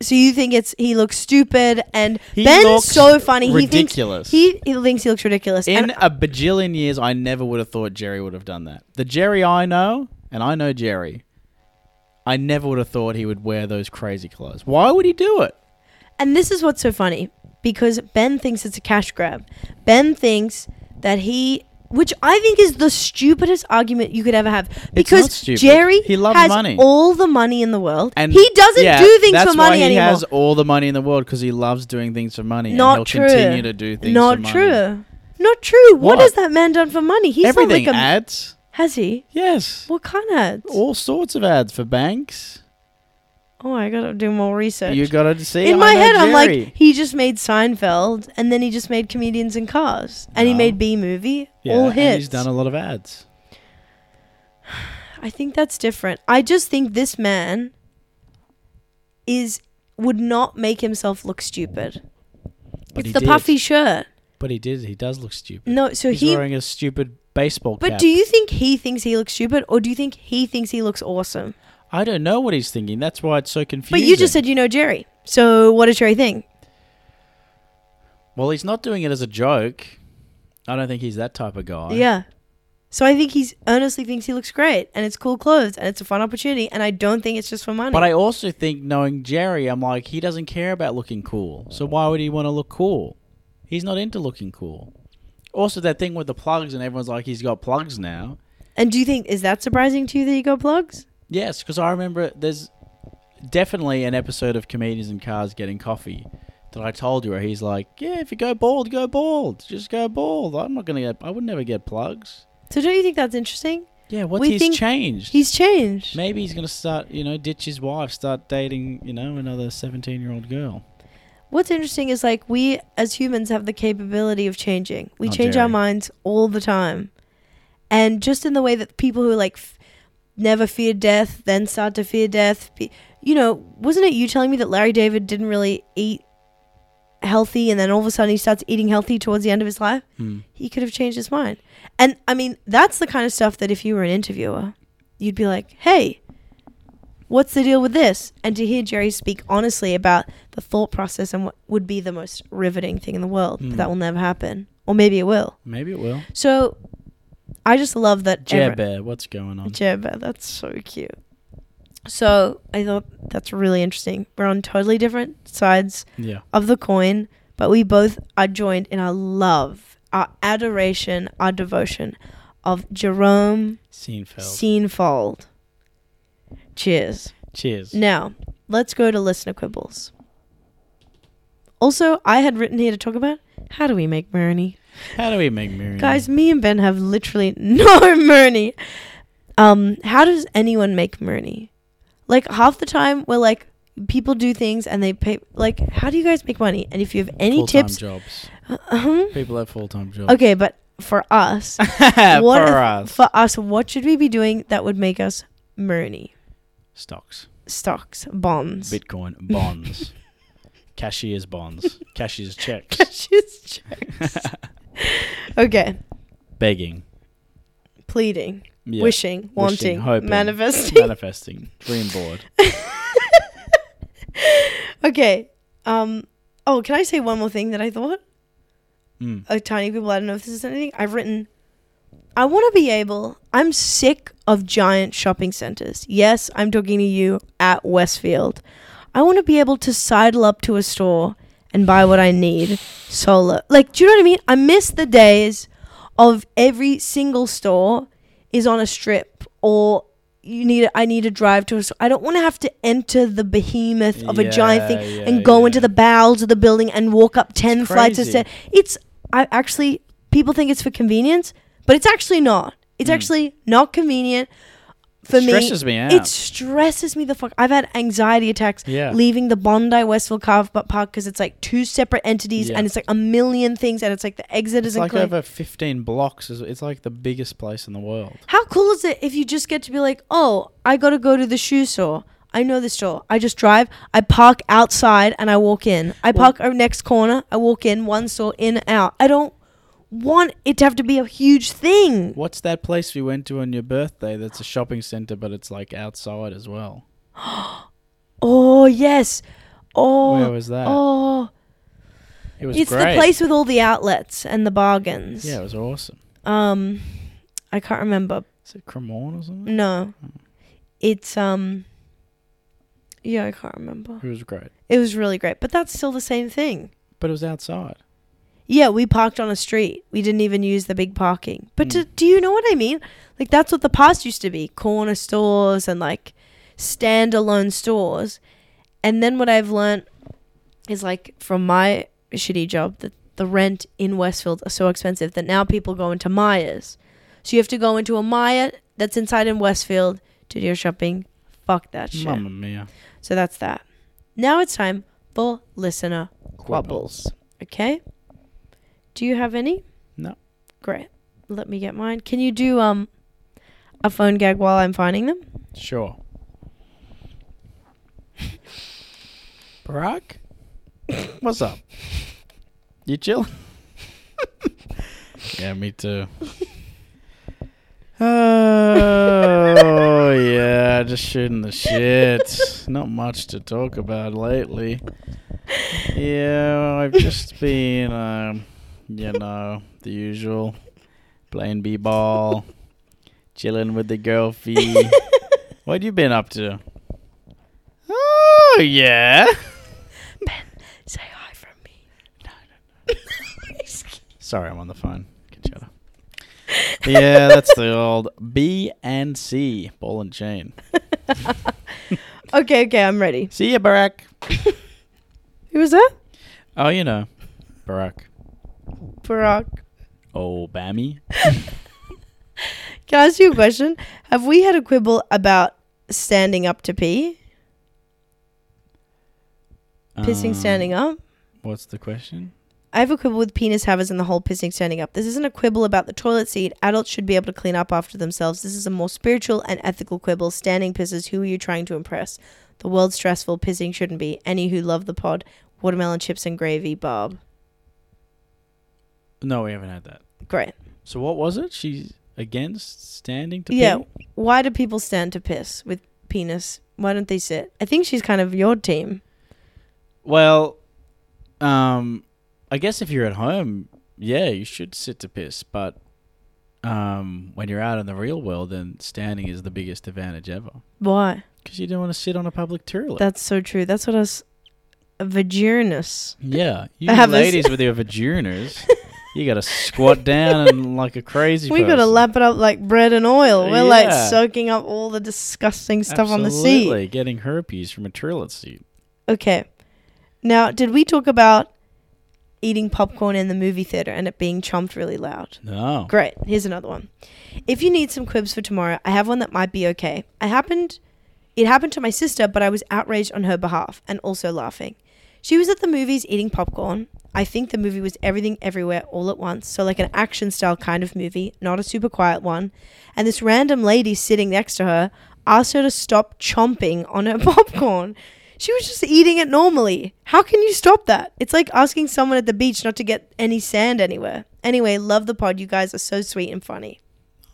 S3: So you think it's he looks stupid and
S2: He
S3: Ben's
S2: looks
S3: so funny.
S2: ridiculous.
S3: He thinks he, he thinks he looks ridiculous.
S2: In
S3: and
S2: a bajillion years, I never would have thought Jerry would have done that. The Jerry I know, and I know Jerry, I never would have thought he would wear those crazy clothes. Why would he do it?
S3: and this is what's so funny because Ben thinks it's a cash grab. Ben thinks that he which I think is the stupidest argument you could ever have because
S2: not stupid.
S3: Jerry
S2: He loves
S3: has
S2: money.
S3: all the money in the world.
S2: And
S3: he doesn't
S2: yeah,
S3: do things
S2: that's
S3: for money
S2: why he
S3: anymore.
S2: has all the money in the world because he loves doing things for money. and
S3: Not
S2: he'll
S3: true.
S2: Continue to do things.
S3: Not
S2: for money.
S3: true. Not true. What?
S2: What?
S3: has that man done for money? He's
S2: Everything
S3: not like a
S2: ads.
S3: has he?
S2: Yes.
S3: What kind of ads?
S2: All sorts of ads for banks.
S3: Oh, I gotta do more research.
S2: You gotta see.
S3: In
S2: I
S3: my
S2: know
S3: head, I'm
S2: Jerry.
S3: like, he just made Seinfeld, and then he just made Comedians in Cars, and he
S2: No.
S3: made B movie,
S2: yeah,
S3: all
S2: and
S3: hits.
S2: He's done a lot of ads.
S3: I think that's different. I just think this man is would not make himself look stupid.
S2: But
S3: it's
S2: he
S3: the
S2: did.
S3: puffy shirt.
S2: But he did. He does look stupid.
S3: No, so
S2: he's
S3: he.
S2: wearing a stupid baseball
S3: But
S2: cap.
S3: do you think he thinks he looks stupid, or do you think he thinks he looks awesome?
S2: I don't know what he's thinking. That's why it's so confusing.
S3: But you just said you know Jerry. So what does Jerry think?
S2: Well, he's not doing it as a joke. I don't think he's that type of guy.
S3: Yeah. So I think he's earnestly thinks he looks great and it's cool clothes and it's a fun opportunity and I don't think it's just for money.
S2: But I also think, knowing Jerry, I'm like, he doesn't care about looking cool. So why would he want to look cool? He's not into looking cool. Also, that thing with the plugs, and everyone's like, he's got plugs now.
S3: and do you think is that surprising to you that you got plugs?
S2: Yes, because I remember there's definitely an episode of Comedians in Cars Getting Coffee that I told you where he's like, yeah, if you go bald, go bald. Just go bald. I'm not going to get, I would never get plugs.
S3: So don't you think that's interesting?
S2: Yeah, what's
S3: We
S2: he's
S3: think
S2: changed?
S3: He's changed.
S2: Maybe he's gonna start, you know, ditch his wife, start dating, you know, another seventeen-year-old girl.
S3: What's interesting is like we as humans have the capability of changing. We
S2: Not
S3: change our
S2: Jerry.
S3: minds all the time. And just in the way that people who like f- never fear death then start to fear death. Pe- you know, wasn't it you telling me that Larry David didn't really eat healthy and then all of a sudden he starts eating healthy towards the end of his life? He could have changed his mind. And I mean, that's the kind of stuff that if you were an interviewer, you'd be like, hey, what's the deal with this? And to hear Jerry speak honestly about the thought process and what would be the most riveting thing in the world, but
S2: Mm.
S3: that will never happen. Or maybe it will.
S2: Maybe it will.
S3: So I just love that. every-
S2: Jabber, what's going on?
S3: Jabba, that's so cute. So I thought that's really interesting. We're on totally different sides
S2: Yeah,
S3: of the coin, but we both are joined in our love, our adoration, our devotion of Jerome
S2: Seinfeld.
S3: Seinfeld. Cheers.
S2: Cheers.
S3: Now, let's go to listener quibbles. Also, I had written here to talk about how do we make Marini?
S2: How do we make Miriam?
S3: Guys, me and Ben have literally no Marini. Um, how does anyone make Marini? Like half the time we're like people do things and they pay like how do you guys make money? And if you have any
S2: full-time
S3: tips
S2: jobs.
S3: uh-huh.
S2: People have full-time jobs.
S3: Okay, but for us what
S2: what
S3: if-
S2: for us?
S3: for us, what should we be doing that would make us Marini?
S2: Stocks,
S3: Stocks, bonds.
S2: Bitcoin, bonds, cashiers' bonds, cashiers' checks,
S3: Cashier's checks. okay.
S2: begging,
S3: Pleading,
S2: yeah,
S3: wishing, wanting,
S2: hoping,
S3: manifesting.
S2: manifesting, dream board.
S3: okay. Um. Oh, can I say one more thing that I thought?
S2: Mm.
S3: A tiny people. I don't know if this is anything. I've written. I want to be able. I'm sick of giant shopping centers. Yes, I'm talking to you at Westfield. I want to be able to sidle up to a store and buy what I need solo. Like, do you know what I mean? I miss the days of every single store is on a strip or you need I need to drive to a store. I don't want to have to enter the behemoth of a
S2: Yeah,
S3: giant thing
S2: yeah,
S3: and go
S2: yeah.
S3: into the bowels of the building and walk up 10 flights of
S2: crazy.
S3: stairs. It's I actually people think it's for convenience, but it's actually not. It's actually not convenient for
S2: It Hmm. stresses me out.
S3: It stresses me the fuck. I've had anxiety attacks
S2: Yeah.
S3: leaving the Bondi Westville Car Park because it's like two separate entities
S2: Yeah.
S3: and it's like a million things and it's like the exit
S2: It's
S3: isn't
S2: like
S3: clear.
S2: over 15 blocks. is- It's like the biggest place in the world.
S3: How cool is it if you just get to be like, oh, I got to go to the shoe store. I know the store. I just drive. I park outside and I walk in. I park our next corner. I walk in one store in out. I don't want it to have to be a huge thing.
S2: What's that place we went to on your birthday that's a shopping center, but it's like outside as well?
S3: Oh yes. Oh.
S2: Where was that?
S3: Oh.
S2: it was
S3: it's
S2: great.
S3: the place with all the outlets and the bargains.
S2: Yeah, it was awesome.
S3: Um, I can't remember.
S2: Is it Cremorne or something?
S3: No. It's um. Yeah, I can't remember.
S2: It was great.
S3: It was really great, but that's still the same thing.
S2: But it was outside.
S3: Yeah, we parked on a street. We didn't even use the big parking. But do, do you know what I mean? Like that's what the past used to be: corner stores and like standalone stores. And then what I've learnt is like from my shitty job that the rent in Westfield are so expensive that now people go into Myers. So you have to go into a Myer that's inside in Westfield to do your shopping. Fuck that shit.
S2: Mamma mia.
S3: So that's that. Now it's time for listener quibbles. Okay. Do you have any?
S2: No.
S3: Great. Let me get mine. Can you do um a phone gag while I'm finding them?
S2: Sure. Barack? What's up? You chill? yeah, me too. Oh, yeah, just shooting the shit. Not much to talk about lately. Yeah, I've just been, um, you know, the usual playing b ball, chilling with the girlfie. What you been up to? Oh yeah.
S3: Say hi from me.
S2: Sorry, I'm on the phone. Can shut up. yeah, that's the old B and C ball and chain.
S3: Okay, okay, I'm ready.
S2: See ya, Barack.
S3: Who was that?
S2: Oh, you know, Barack
S3: Barack.
S2: Obama.
S3: Can I ask you a question? Have we had a quibble about standing up to pee? Pissing
S2: Um,
S3: standing up?
S2: What's the question?
S3: I have a quibble with penis havers and the whole pissing standing up. This isn't a quibble about the toilet seat. Adults should be able to clean up after themselves. This is a more spiritual and ethical quibble. Standing pisses, who are you trying to impress? The world's stressful. Pissing shouldn't be. Any who love the pod. Watermelon chips and gravy, Bob.
S2: No, we haven't had that.
S3: Great.
S2: So what was it? She's against standing to
S3: Yeah.
S2: pee?
S3: Why do people stand to piss with penis? Why don't they sit? I think she's kind of your team.
S2: Well, um, I guess if you're at home, yeah, you should sit to piss. But um, when you're out in the real world, then standing is the biggest advantage ever
S3: Why?
S2: because you don't want to sit on a public toilet.
S3: That's so true. That's what us. Vagirinus.
S2: yeah, you
S3: I have this-
S2: ladies with your vaginas, you got to squat down and like a crazy.
S3: We gotta
S2: person.
S3: lap it up like bread and oil. We're like
S2: Yeah.
S3: soaking up all the disgusting stuff on the seat.
S2: Absolutely, getting herpes from a toilet seat.
S3: Okay. Now, did we talk about eating popcorn in the movie theater and it being chomped really loud?
S2: No.
S3: Great. Here's another one. If you need some quibs for tomorrow, I have one that might be okay. I happened it happened to my sister, but I was outraged on her behalf and also laughing. She was at the movies eating popcorn. I think the movie was everything everywhere all at once, so like an action style kind of movie, not a super quiet one. And this random lady sitting next to her asked her to stop chomping on her popcorn. She was just eating it normally. How can you stop that? It's like asking someone at the beach not to get any sand anywhere. Anyway, love the pod. You guys are so sweet and funny.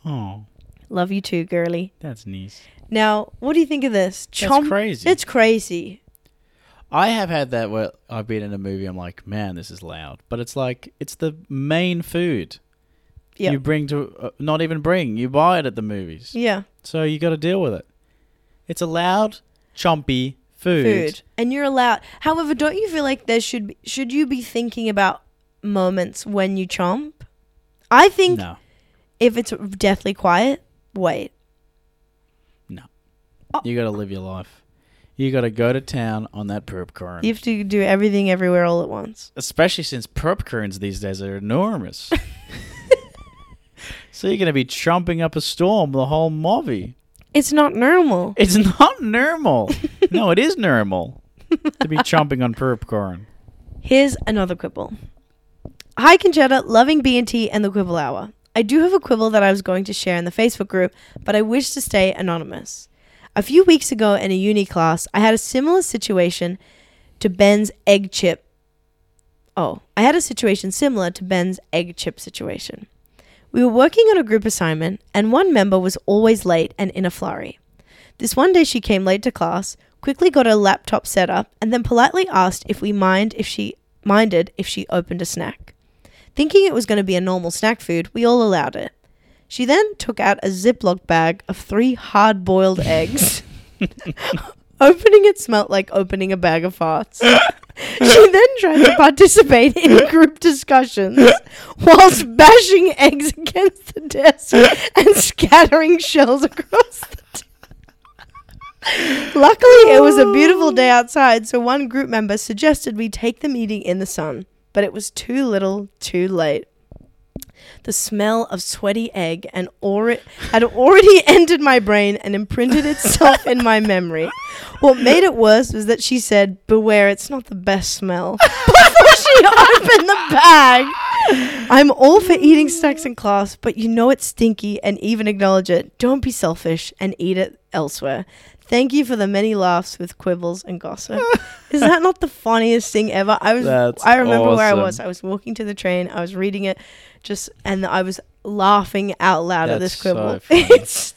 S2: Oh,
S3: Love you too, girly.
S2: that's nice.
S3: Now, what do you think of this?
S2: That's crazy.
S3: It's crazy.
S2: I have had that where I've been in a movie. I'm like, man, this is loud. But it's like it's the main food.
S3: Yeah.
S2: You bring to uh, not even bring. You buy it at the movies,
S3: Yeah.
S2: so you got to deal with it. It's a loud, chompy food.
S3: Food. And you're allowed. However, don't you feel like there should be, should you be thinking about moments when you chomp? I think
S2: No,
S3: if it's deathly quiet, wait.
S2: no.
S3: Oh.
S2: You got to live your life. You got to go to town on that perp current.
S3: You have to do everything everywhere all at once.
S2: Especially since perp currents these days are enormous. so you're going to be chomping up a storm the whole movie.
S3: It's not normal.
S2: It's not normal. no, it is normal to be chomping on perp current.
S3: Here's another quibble. Hi, Conchetta, loving B&T and the Quibble Hour. I do have a quibble that I was going to share in the Facebook group, but I wish to stay anonymous. A few weeks ago in a uni class, I had a similar situation to Ben's egg chip. Oh, I had a situation similar to Ben's egg chip situation. We were working on a group assignment, and one member was always late and in a flurry. This one day she came late to class, quickly got her laptop set up, and then politely asked if we mind if she minded if she opened a snack. Thinking it was going to be a normal snack food, we all allowed it. She then took out a Ziploc bag of three hard boiled eggs. opening it smelt like opening a bag of farts. she then tried to participate in group discussions whilst bashing eggs against the desk and scattering shells across the table. Luckily, it was a beautiful day outside, so one group member suggested we take the meeting in the sun, but it was too little, too late. The smell of sweaty egg and or- had already entered my brain and imprinted itself in my memory. What made it worse was that she said, Beware, it's not the best smell. Before she opened the bag. I'm all for eating snacks in class, but you know it's stinky and even acknowledge it. Don't be selfish and eat it elsewhere. Thank you for the many laughs with quibbles and gossip. Is that not the funniest thing ever? I was
S2: That's
S3: I remember where I
S2: awesome.
S3: was. I was walking to the train, I was reading it just and I was laughing out loud at
S2: That's
S3: this quibble.
S2: so funny.
S3: it's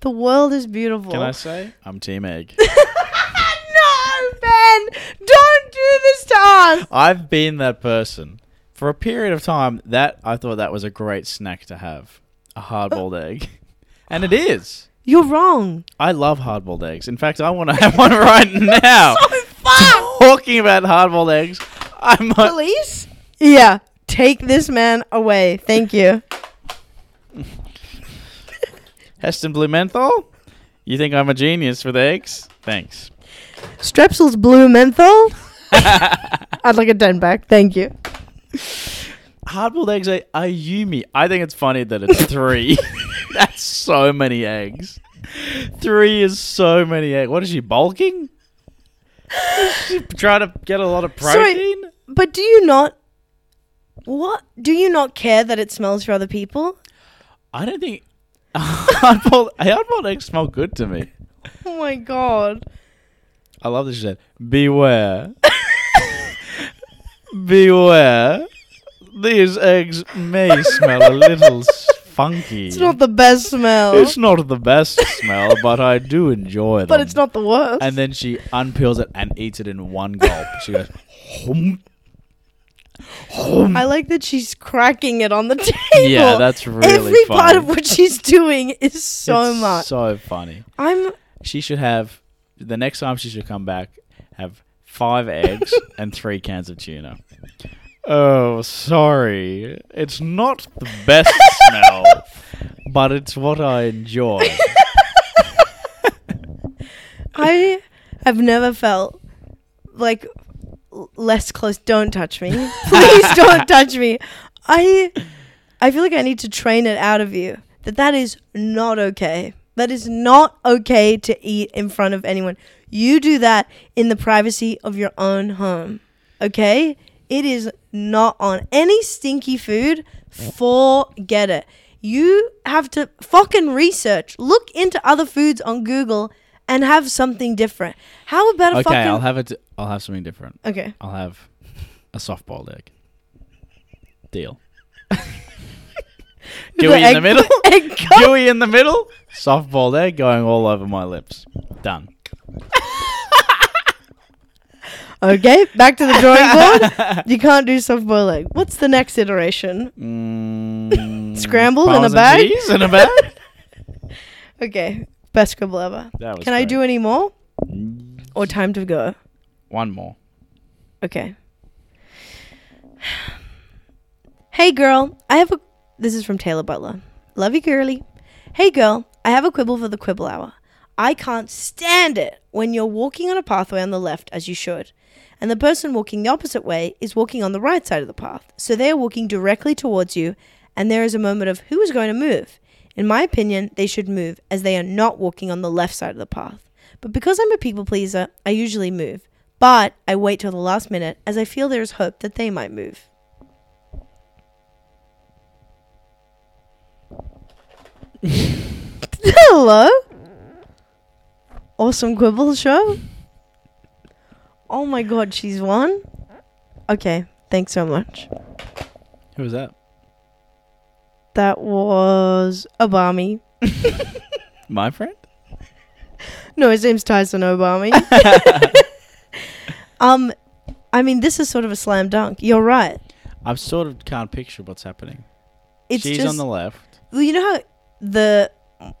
S3: the world is beautiful.
S2: Can I say? I'm Team Egg.
S3: no, Ben, don't do this to us.
S2: I've been that person. For a period of time, that I thought that was a great snack to have. A hard-boiled egg. And it is.
S3: You're wrong.
S2: I love hard-boiled eggs. In fact, I want to have one right now.
S3: Fuck.
S2: Talking about hard-boiled eggs, I might
S3: Police? Yeah. Take this man away. Thank you.
S2: Heston Blumenthal. You think I'm a genius with eggs? Thanks.
S3: Strepsils Blue Menthol? I'd like a 10 back. Thank you.
S2: Hard-boiled eggs are, are yummy. I think it's funny that it's three. That's so many eggs. Three is so many eggs. What is she bulking? she trying to get a lot of
S3: Sorry.
S2: protein?
S3: But do you not. What? Do you not care that it smells for other people?
S2: I don't think hard-boiled, hard-boiled eggs smell good to me.
S3: Oh my god.
S2: I love that she said, "Beware, beware. These eggs may smell a little s- funky.
S3: It's not the best smell.
S2: It's not the best smell, but I do enjoy them.
S3: but it's not the worst.
S2: And then she unpeels it and eats it in one gulp. She goes, "Hum, hum."
S3: I like that she's cracking it on the table.
S2: Yeah, that's really
S3: Every part
S2: funny.
S3: of what she's doing is so
S2: It's
S3: much.
S2: So funny.
S3: I'm
S2: She should have the next time she should come back have five eggs and three cans of tuna. Oh, sorry. It's not the best smell, but it's what I enjoy.
S3: I have never felt like l- less close. Don't touch me. Please don't touch me. I I feel like I need to train it out of you that that is not okay. That is not okay to eat in front of anyone. You do that in the privacy of your own home. Okay? It is not on any stinky food. Forget it. You have to fucking research. Look into other foods on Google and have something different. How about a
S2: Okay,
S3: fucking
S2: I'll have it I'll have something different.
S3: Okay.
S2: I'll have a soft boiled egg. Deal. Gooey in the
S3: egg-
S2: middle?
S3: egg cup.
S2: Gooey in the middle? Soft boiled egg going all over my lips. Done.
S3: Okay, back to the drawing board. you can't do soft boiled egg. What's the next iteration?
S2: Mm,
S3: Scrambled in a
S2: parmesan
S3: bag?
S2: cheese in a bag?
S3: Okay, best scribble ever.
S2: That was
S3: Can I
S2: great. Mm.
S3: do any more? Or time to go?
S2: One more.
S3: Okay. Hey girl, I have a. This is from Taylor Butler. Love you, girly. Hey girl, I have a quibble for the quibble hour. I can't stand it when you're walking on a pathway on the left as you should, and the person walking the opposite way is walking on the right side of the path. So they are walking directly towards you, and there is a moment of who is going to move. In my opinion, they should move as they are not walking on the left side of the path. But because I'm a people pleaser, I usually move. But I wait till the last minute as I feel there is hope that they might move. Hello? Awesome Quibble Show? Oh my god, she's won? Okay, thanks so much.
S2: Who was that?
S3: That was Obami.
S2: My friend?
S3: No, his name's Tyson Obami. um, I mean, this is sort of a slam dunk. You're right.
S2: I sort of can't picture what's happening.
S3: It's
S2: She's
S3: just
S2: on the left.
S3: well, you know how the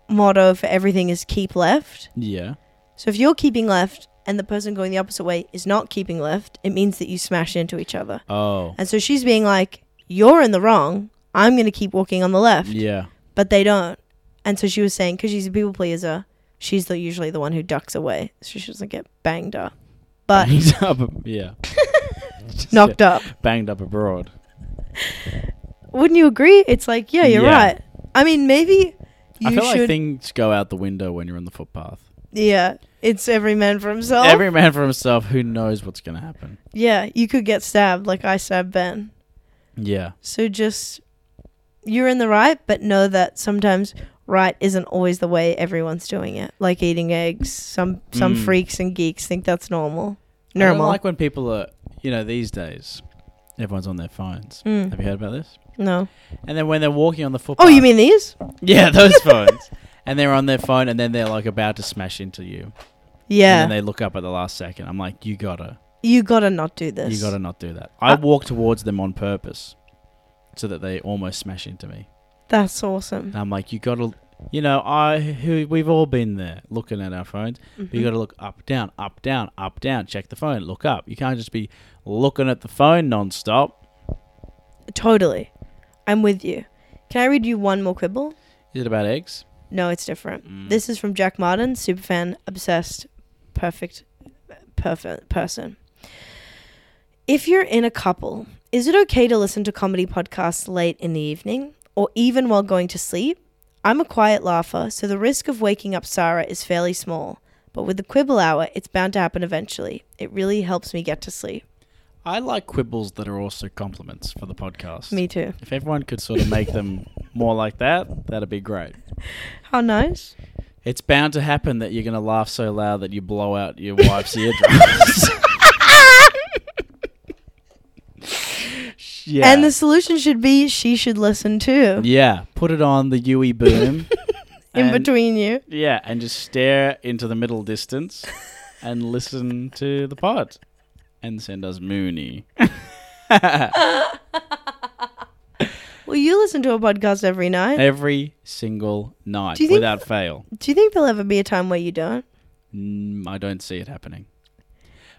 S3: motto for everything is keep left.
S2: Yeah.
S3: So if you're keeping left and the person going the opposite way is not keeping left, it means that you smash into each other.
S2: Oh.
S3: And so she's being like, "You're in the wrong. I'm going to keep walking on the left."
S2: Yeah.
S3: but they don't. And so she was saying, because she's a people pleaser, she's the, usually the one who ducks away, so she doesn't get banged up, but
S2: Banged up. a- Yeah. Just
S3: knocked up.
S2: get Banged up abroad.
S3: Wouldn't you agree? It's like, yeah, you're
S2: Yeah.
S3: right. I mean, maybe you
S2: I feel
S3: should.
S2: like things go out the window when you're on the footpath.
S3: yeah, it's every man for himself.
S2: Every man for himself. Who knows what's going to happen?
S3: yeah, you could get stabbed like I stabbed Ben.
S2: Yeah.
S3: So just you're in the right, but know that sometimes right isn't always the way everyone's doing it. Like eating eggs, some some
S2: Mm.
S3: freaks and geeks think that's normal.
S2: I don't
S3: Normal.
S2: like when people are, you know, these days, everyone's on their phones.
S3: Mm.
S2: Have you heard about this?
S3: no.
S2: And then when they're walking on the footpath.
S3: Oh, you mean these?
S2: Yeah, those phones. And they're on their phone and then they're like about to smash into you.
S3: Yeah.
S2: And then they look up at the last second. I'm like, you gotta.
S3: you gotta not do this.
S2: You gotta not do that. I
S3: Uh,
S2: walk towards them on purpose so that they almost smash into me.
S3: That's awesome.
S2: And I'm like, you gotta. You know, I who we've all been there looking at our phones. But you
S3: Mhm.
S2: got to look up, down, up, down, up, down. Check the phone. Look up. You can't just be looking at the phone nonstop.
S3: totally. I'm with you. Can I read you one more quibble?
S2: Is it about eggs?
S3: No, it's different.
S2: Mm.
S3: This is from Jack Martin, superfan, obsessed, perfect, perfect person. If you're in a couple, is it okay to listen to comedy podcasts late in the evening or even while going to sleep? I'm a quiet laugher, so the risk of waking up Sarah is fairly small. But with the quibble hour, it's bound to happen eventually. It really helps me get to sleep.
S2: I like quibbles that are also compliments for the podcast.
S3: Me too.
S2: If everyone could sort of make them more like that, that'd be great.
S3: How nice.
S2: It's bound to happen that you're going to laugh so loud that you blow out your wife's eardrums. yeah.
S3: And the solution should be she should listen too.
S2: yeah, put it on the Yui boom.
S3: In
S2: and-
S3: between you.
S2: Yeah, and just stare into the middle distance and listen to the pod and send us Mooney.
S3: Well, you listen to a podcast every night.
S2: Every single night
S3: Do you think-
S2: without fail.
S3: Do you think there'll ever be a time where you don't?
S2: Mm, I don't see it happening.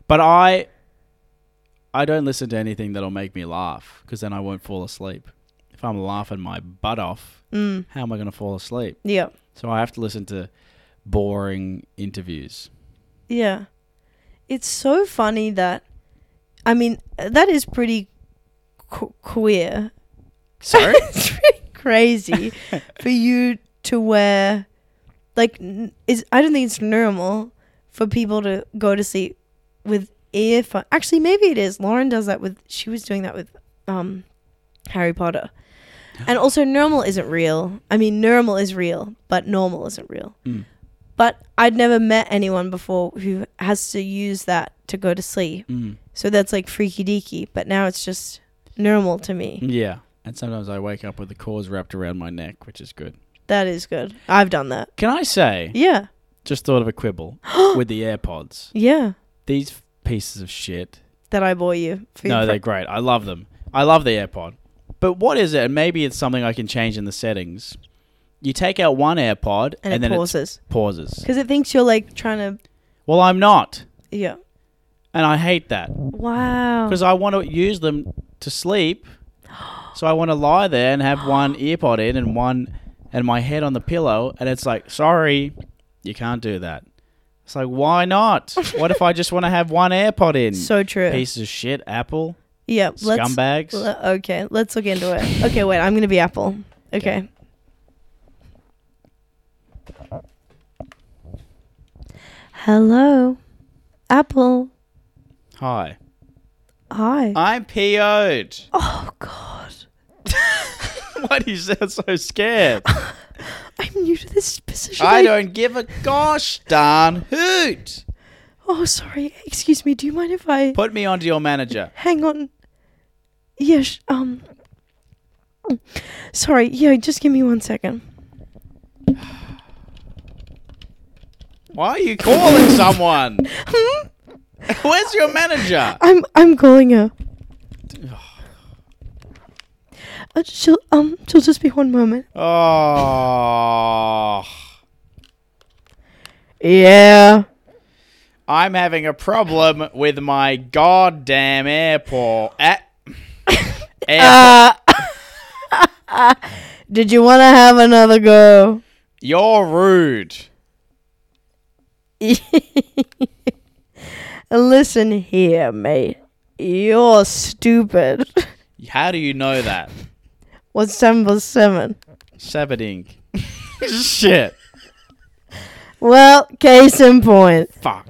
S2: But I I don't listen to anything that'll make me laugh because then I won't fall asleep. If I'm laughing my butt off,
S3: Mm.
S2: how am I going to fall asleep?
S3: Yeah.
S2: So I have to listen to boring interviews.
S3: Yeah. It's so funny that, I mean, that is pretty qu- queer.
S2: Sorry?
S3: it's pretty crazy for you to wear, like, n- is I don't think it's normal for people to go to sleep with earphones. Actually, maybe it is. Lauren does that with. She was doing that with um, Harry Potter. And also, normal isn't real. I mean, normal is real, but normal isn't real.
S2: Mm.
S3: But I'd never met anyone before who has to use that to go to sleep.
S2: Mm.
S3: So that's like freaky deaky. But now it's just normal to me.
S2: Yeah. And sometimes I wake up with the cords wrapped around my neck, which is good.
S3: That is good. I've done that.
S2: Can I say,
S3: Yeah.
S2: just thought of a quibble with the AirPods.
S3: Yeah.
S2: These f- pieces of shit.
S3: That I bought you. For your
S2: No,
S3: pre-
S2: they're great. I love them. I love the AirPod. But what is it? And maybe it's something I can change in the settings. You take out one AirPod and,
S3: and, it
S2: then
S3: pauses.
S2: it pauses.
S3: Because it thinks you're like trying to.
S2: Well, I'm not.
S3: Yeah.
S2: And I hate that
S3: Wow.
S2: because I want to use them to sleep. So I want to lie there and have one earpod in and one and my head on the pillow. And it's like, sorry, You can't do that. It's like, why not? what if I just want to have one AirPod in?
S3: So true.
S2: Pieces of shit, Apple,
S3: yeah. Let's.
S2: scumbags.
S3: le- okay. Let's look into it. Okay. Wait. I'm gonna be Apple. Okay. Hello, Apple.
S2: Hi.
S3: Hi.
S2: I'm PO'd.
S3: oh God.
S2: Why do you sound so scared?
S3: I'm new to this position.
S2: I don't give a gosh darn hoot.
S3: Oh, sorry. Excuse me. Do you mind if I
S2: Put me onto your manager.
S3: hang on? Yes. Um. Sorry. Yeah. Just give me one second.
S2: Why are you calling someone? Where's your manager?
S3: Hmm? I'm I'm calling her. Uh, she'll um she'll just be one moment.
S2: Oh,
S3: Yeah.
S2: I'm having a problem with my goddamn airport. A- airport.
S3: Uh, did you want to have another go?
S2: You're rude.
S3: Listen here, mate. You're stupid.
S2: How do you know that?
S3: What's seven plus seven?
S2: Sabadink. Shit.
S3: Well, case in point.
S2: Fuck.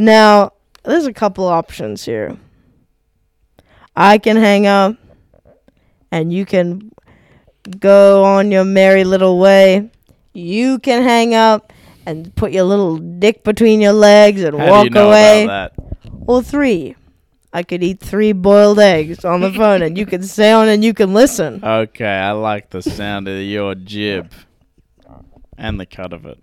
S3: Now, there's a couple options here. I can hang up, and you can go on your merry little way. You can hang up and put your little dick between your legs and
S2: How
S3: walk
S2: do you know
S3: away.
S2: about that?
S3: Or three. I could eat three boiled eggs on the phone, and you can stay on and you can listen.
S2: Okay, I like the sound of your jib and the cut of it.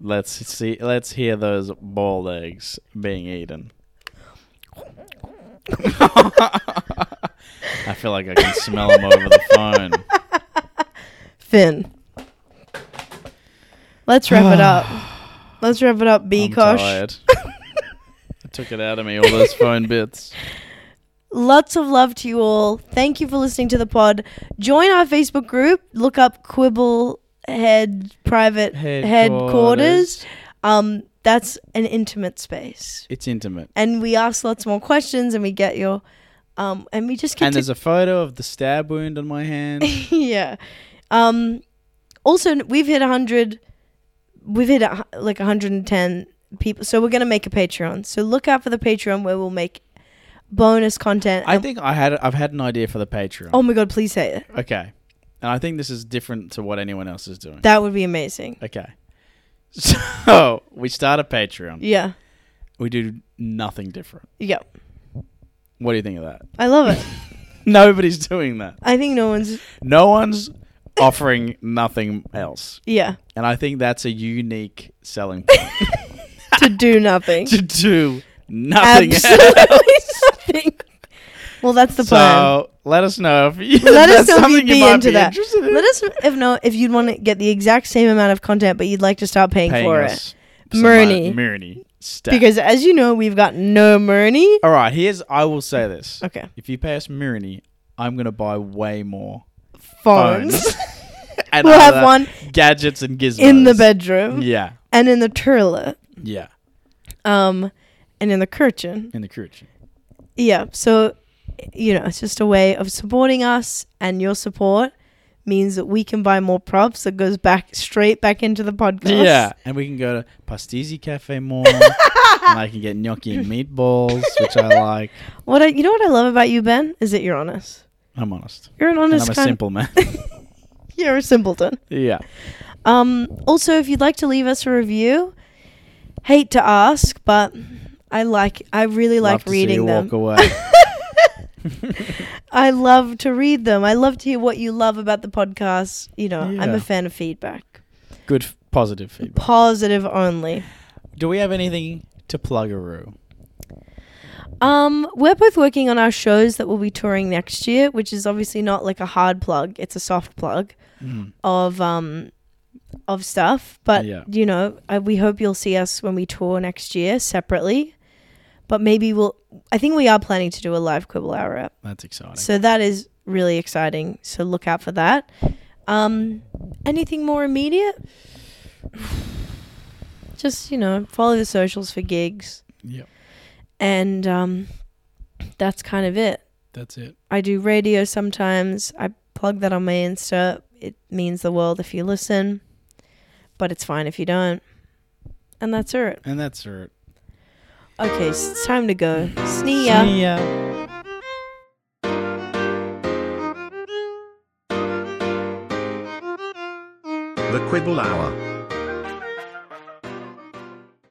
S2: Let's see. Let's hear those boiled eggs being eaten. I feel like I can smell them over the phone.
S3: Finn. Let's wrap it up. Let's wrap it up,
S2: I'm
S3: Bkosh.
S2: tired. I took it out of me all those phone bits.
S3: Lots of love to you all. Thank you for listening to the pod. Join our Facebook group. Look up Quibble Head Private Headquarters. Um, that's an intimate space,
S2: It's intimate.
S3: and we ask lots more questions, and we get your, um, and we just get
S2: And
S3: to
S2: there's a photo of the stab wound on my hand.
S3: yeah. Um, also, n- we've hit 100. We've hit a, hu- like 110 people. So we're going to make a Patreon. So look out for the Patreon where we'll make bonus content.
S2: I
S3: and-
S2: think I had. I've had an idea for the Patreon.
S3: oh my God, please say it.
S2: Okay. And I think this is different to what anyone else is doing.
S3: That would be amazing.
S2: Okay. So we start a Patreon.
S3: Yeah.
S2: We do nothing different.
S3: Yeah.
S2: What do you think of that?
S3: I love it.
S2: Nobody's doing that.
S3: I think no one's.
S2: No one's offering nothing else.
S3: Yeah.
S2: And I think that's a unique selling point
S3: To do nothing.
S2: to do nothing else.
S3: Absolutely nothing. Well, that's the plan.
S2: So let us know if you,
S3: Let
S2: that's
S3: us know if
S2: something
S3: you'd be
S2: might
S3: into
S2: be
S3: that.
S2: interested in.
S3: Let us if know if you'd want to get the exact same amount of content, but you'd like to start paying,
S2: Paying
S3: for it.
S2: us some
S3: Murney.
S2: money- Murney. Stat.
S3: Because as you know, we've got no money.
S2: All right, here's I will say this.
S3: Okay.
S2: If you pay us Murney, I'm gonna buy way more
S3: Phones.
S2: Phones. and
S3: we'll have
S2: other
S3: one
S2: gadgets and gizmos
S3: in the bedroom
S2: Yeah,
S3: and in the toilet.
S2: yeah,
S3: Um and in the kitchen.
S2: in the kitchen.
S3: Yeah. So you know, it's just a way of supporting us and your support means that we can buy more props that goes back straight back into the podcast.
S2: Yeah, and we can go to Pastizzi Cafe more, and I can get gnocchi and meatballs, which I like.
S3: What I, you know what I love about you, Ben, is that you're honest.
S2: I'm honest.
S3: You're an
S2: And
S3: honest
S2: I'm a
S3: kind
S2: simple man.
S3: you're a simpleton.
S2: yeah.
S3: Um, also, if you'd like to leave us a review, hate to ask, but I like I really
S2: Love
S3: like
S2: to see
S3: reading
S2: you
S3: them.
S2: Walk away.
S3: I love to read them. I love to hear what you love about the podcast. You know, I'm
S2: Yeah.
S3: a fan of feedback.
S2: Good f- positive feedback.
S3: Positive only.
S2: Do we have anything to plug a
S3: Um, we're both working on our shows that we'll be touring next year, which is obviously not like a hard plug. It's a soft plug
S2: Mm.
S3: of um of stuff. But
S2: Yeah.
S3: you know, I, we hope you'll see us when we tour next year separately. But maybe we'll. I think we are planning to do a live quibble hour up.
S2: That's exciting.
S3: So that is really exciting. So look out for that. Um, anything more immediate? just you know follow the socials for gigs,
S1: Yep.
S3: and um, that's kind of it.
S1: That's it.
S3: I do radio sometimes. I plug that on my Insta. It means the world if you listen, but it's fine if you don't. And that's it.
S2: And that's it.
S3: Okay, s- it's time to go. See ya.
S2: See ya.
S4: The Quibble Hour.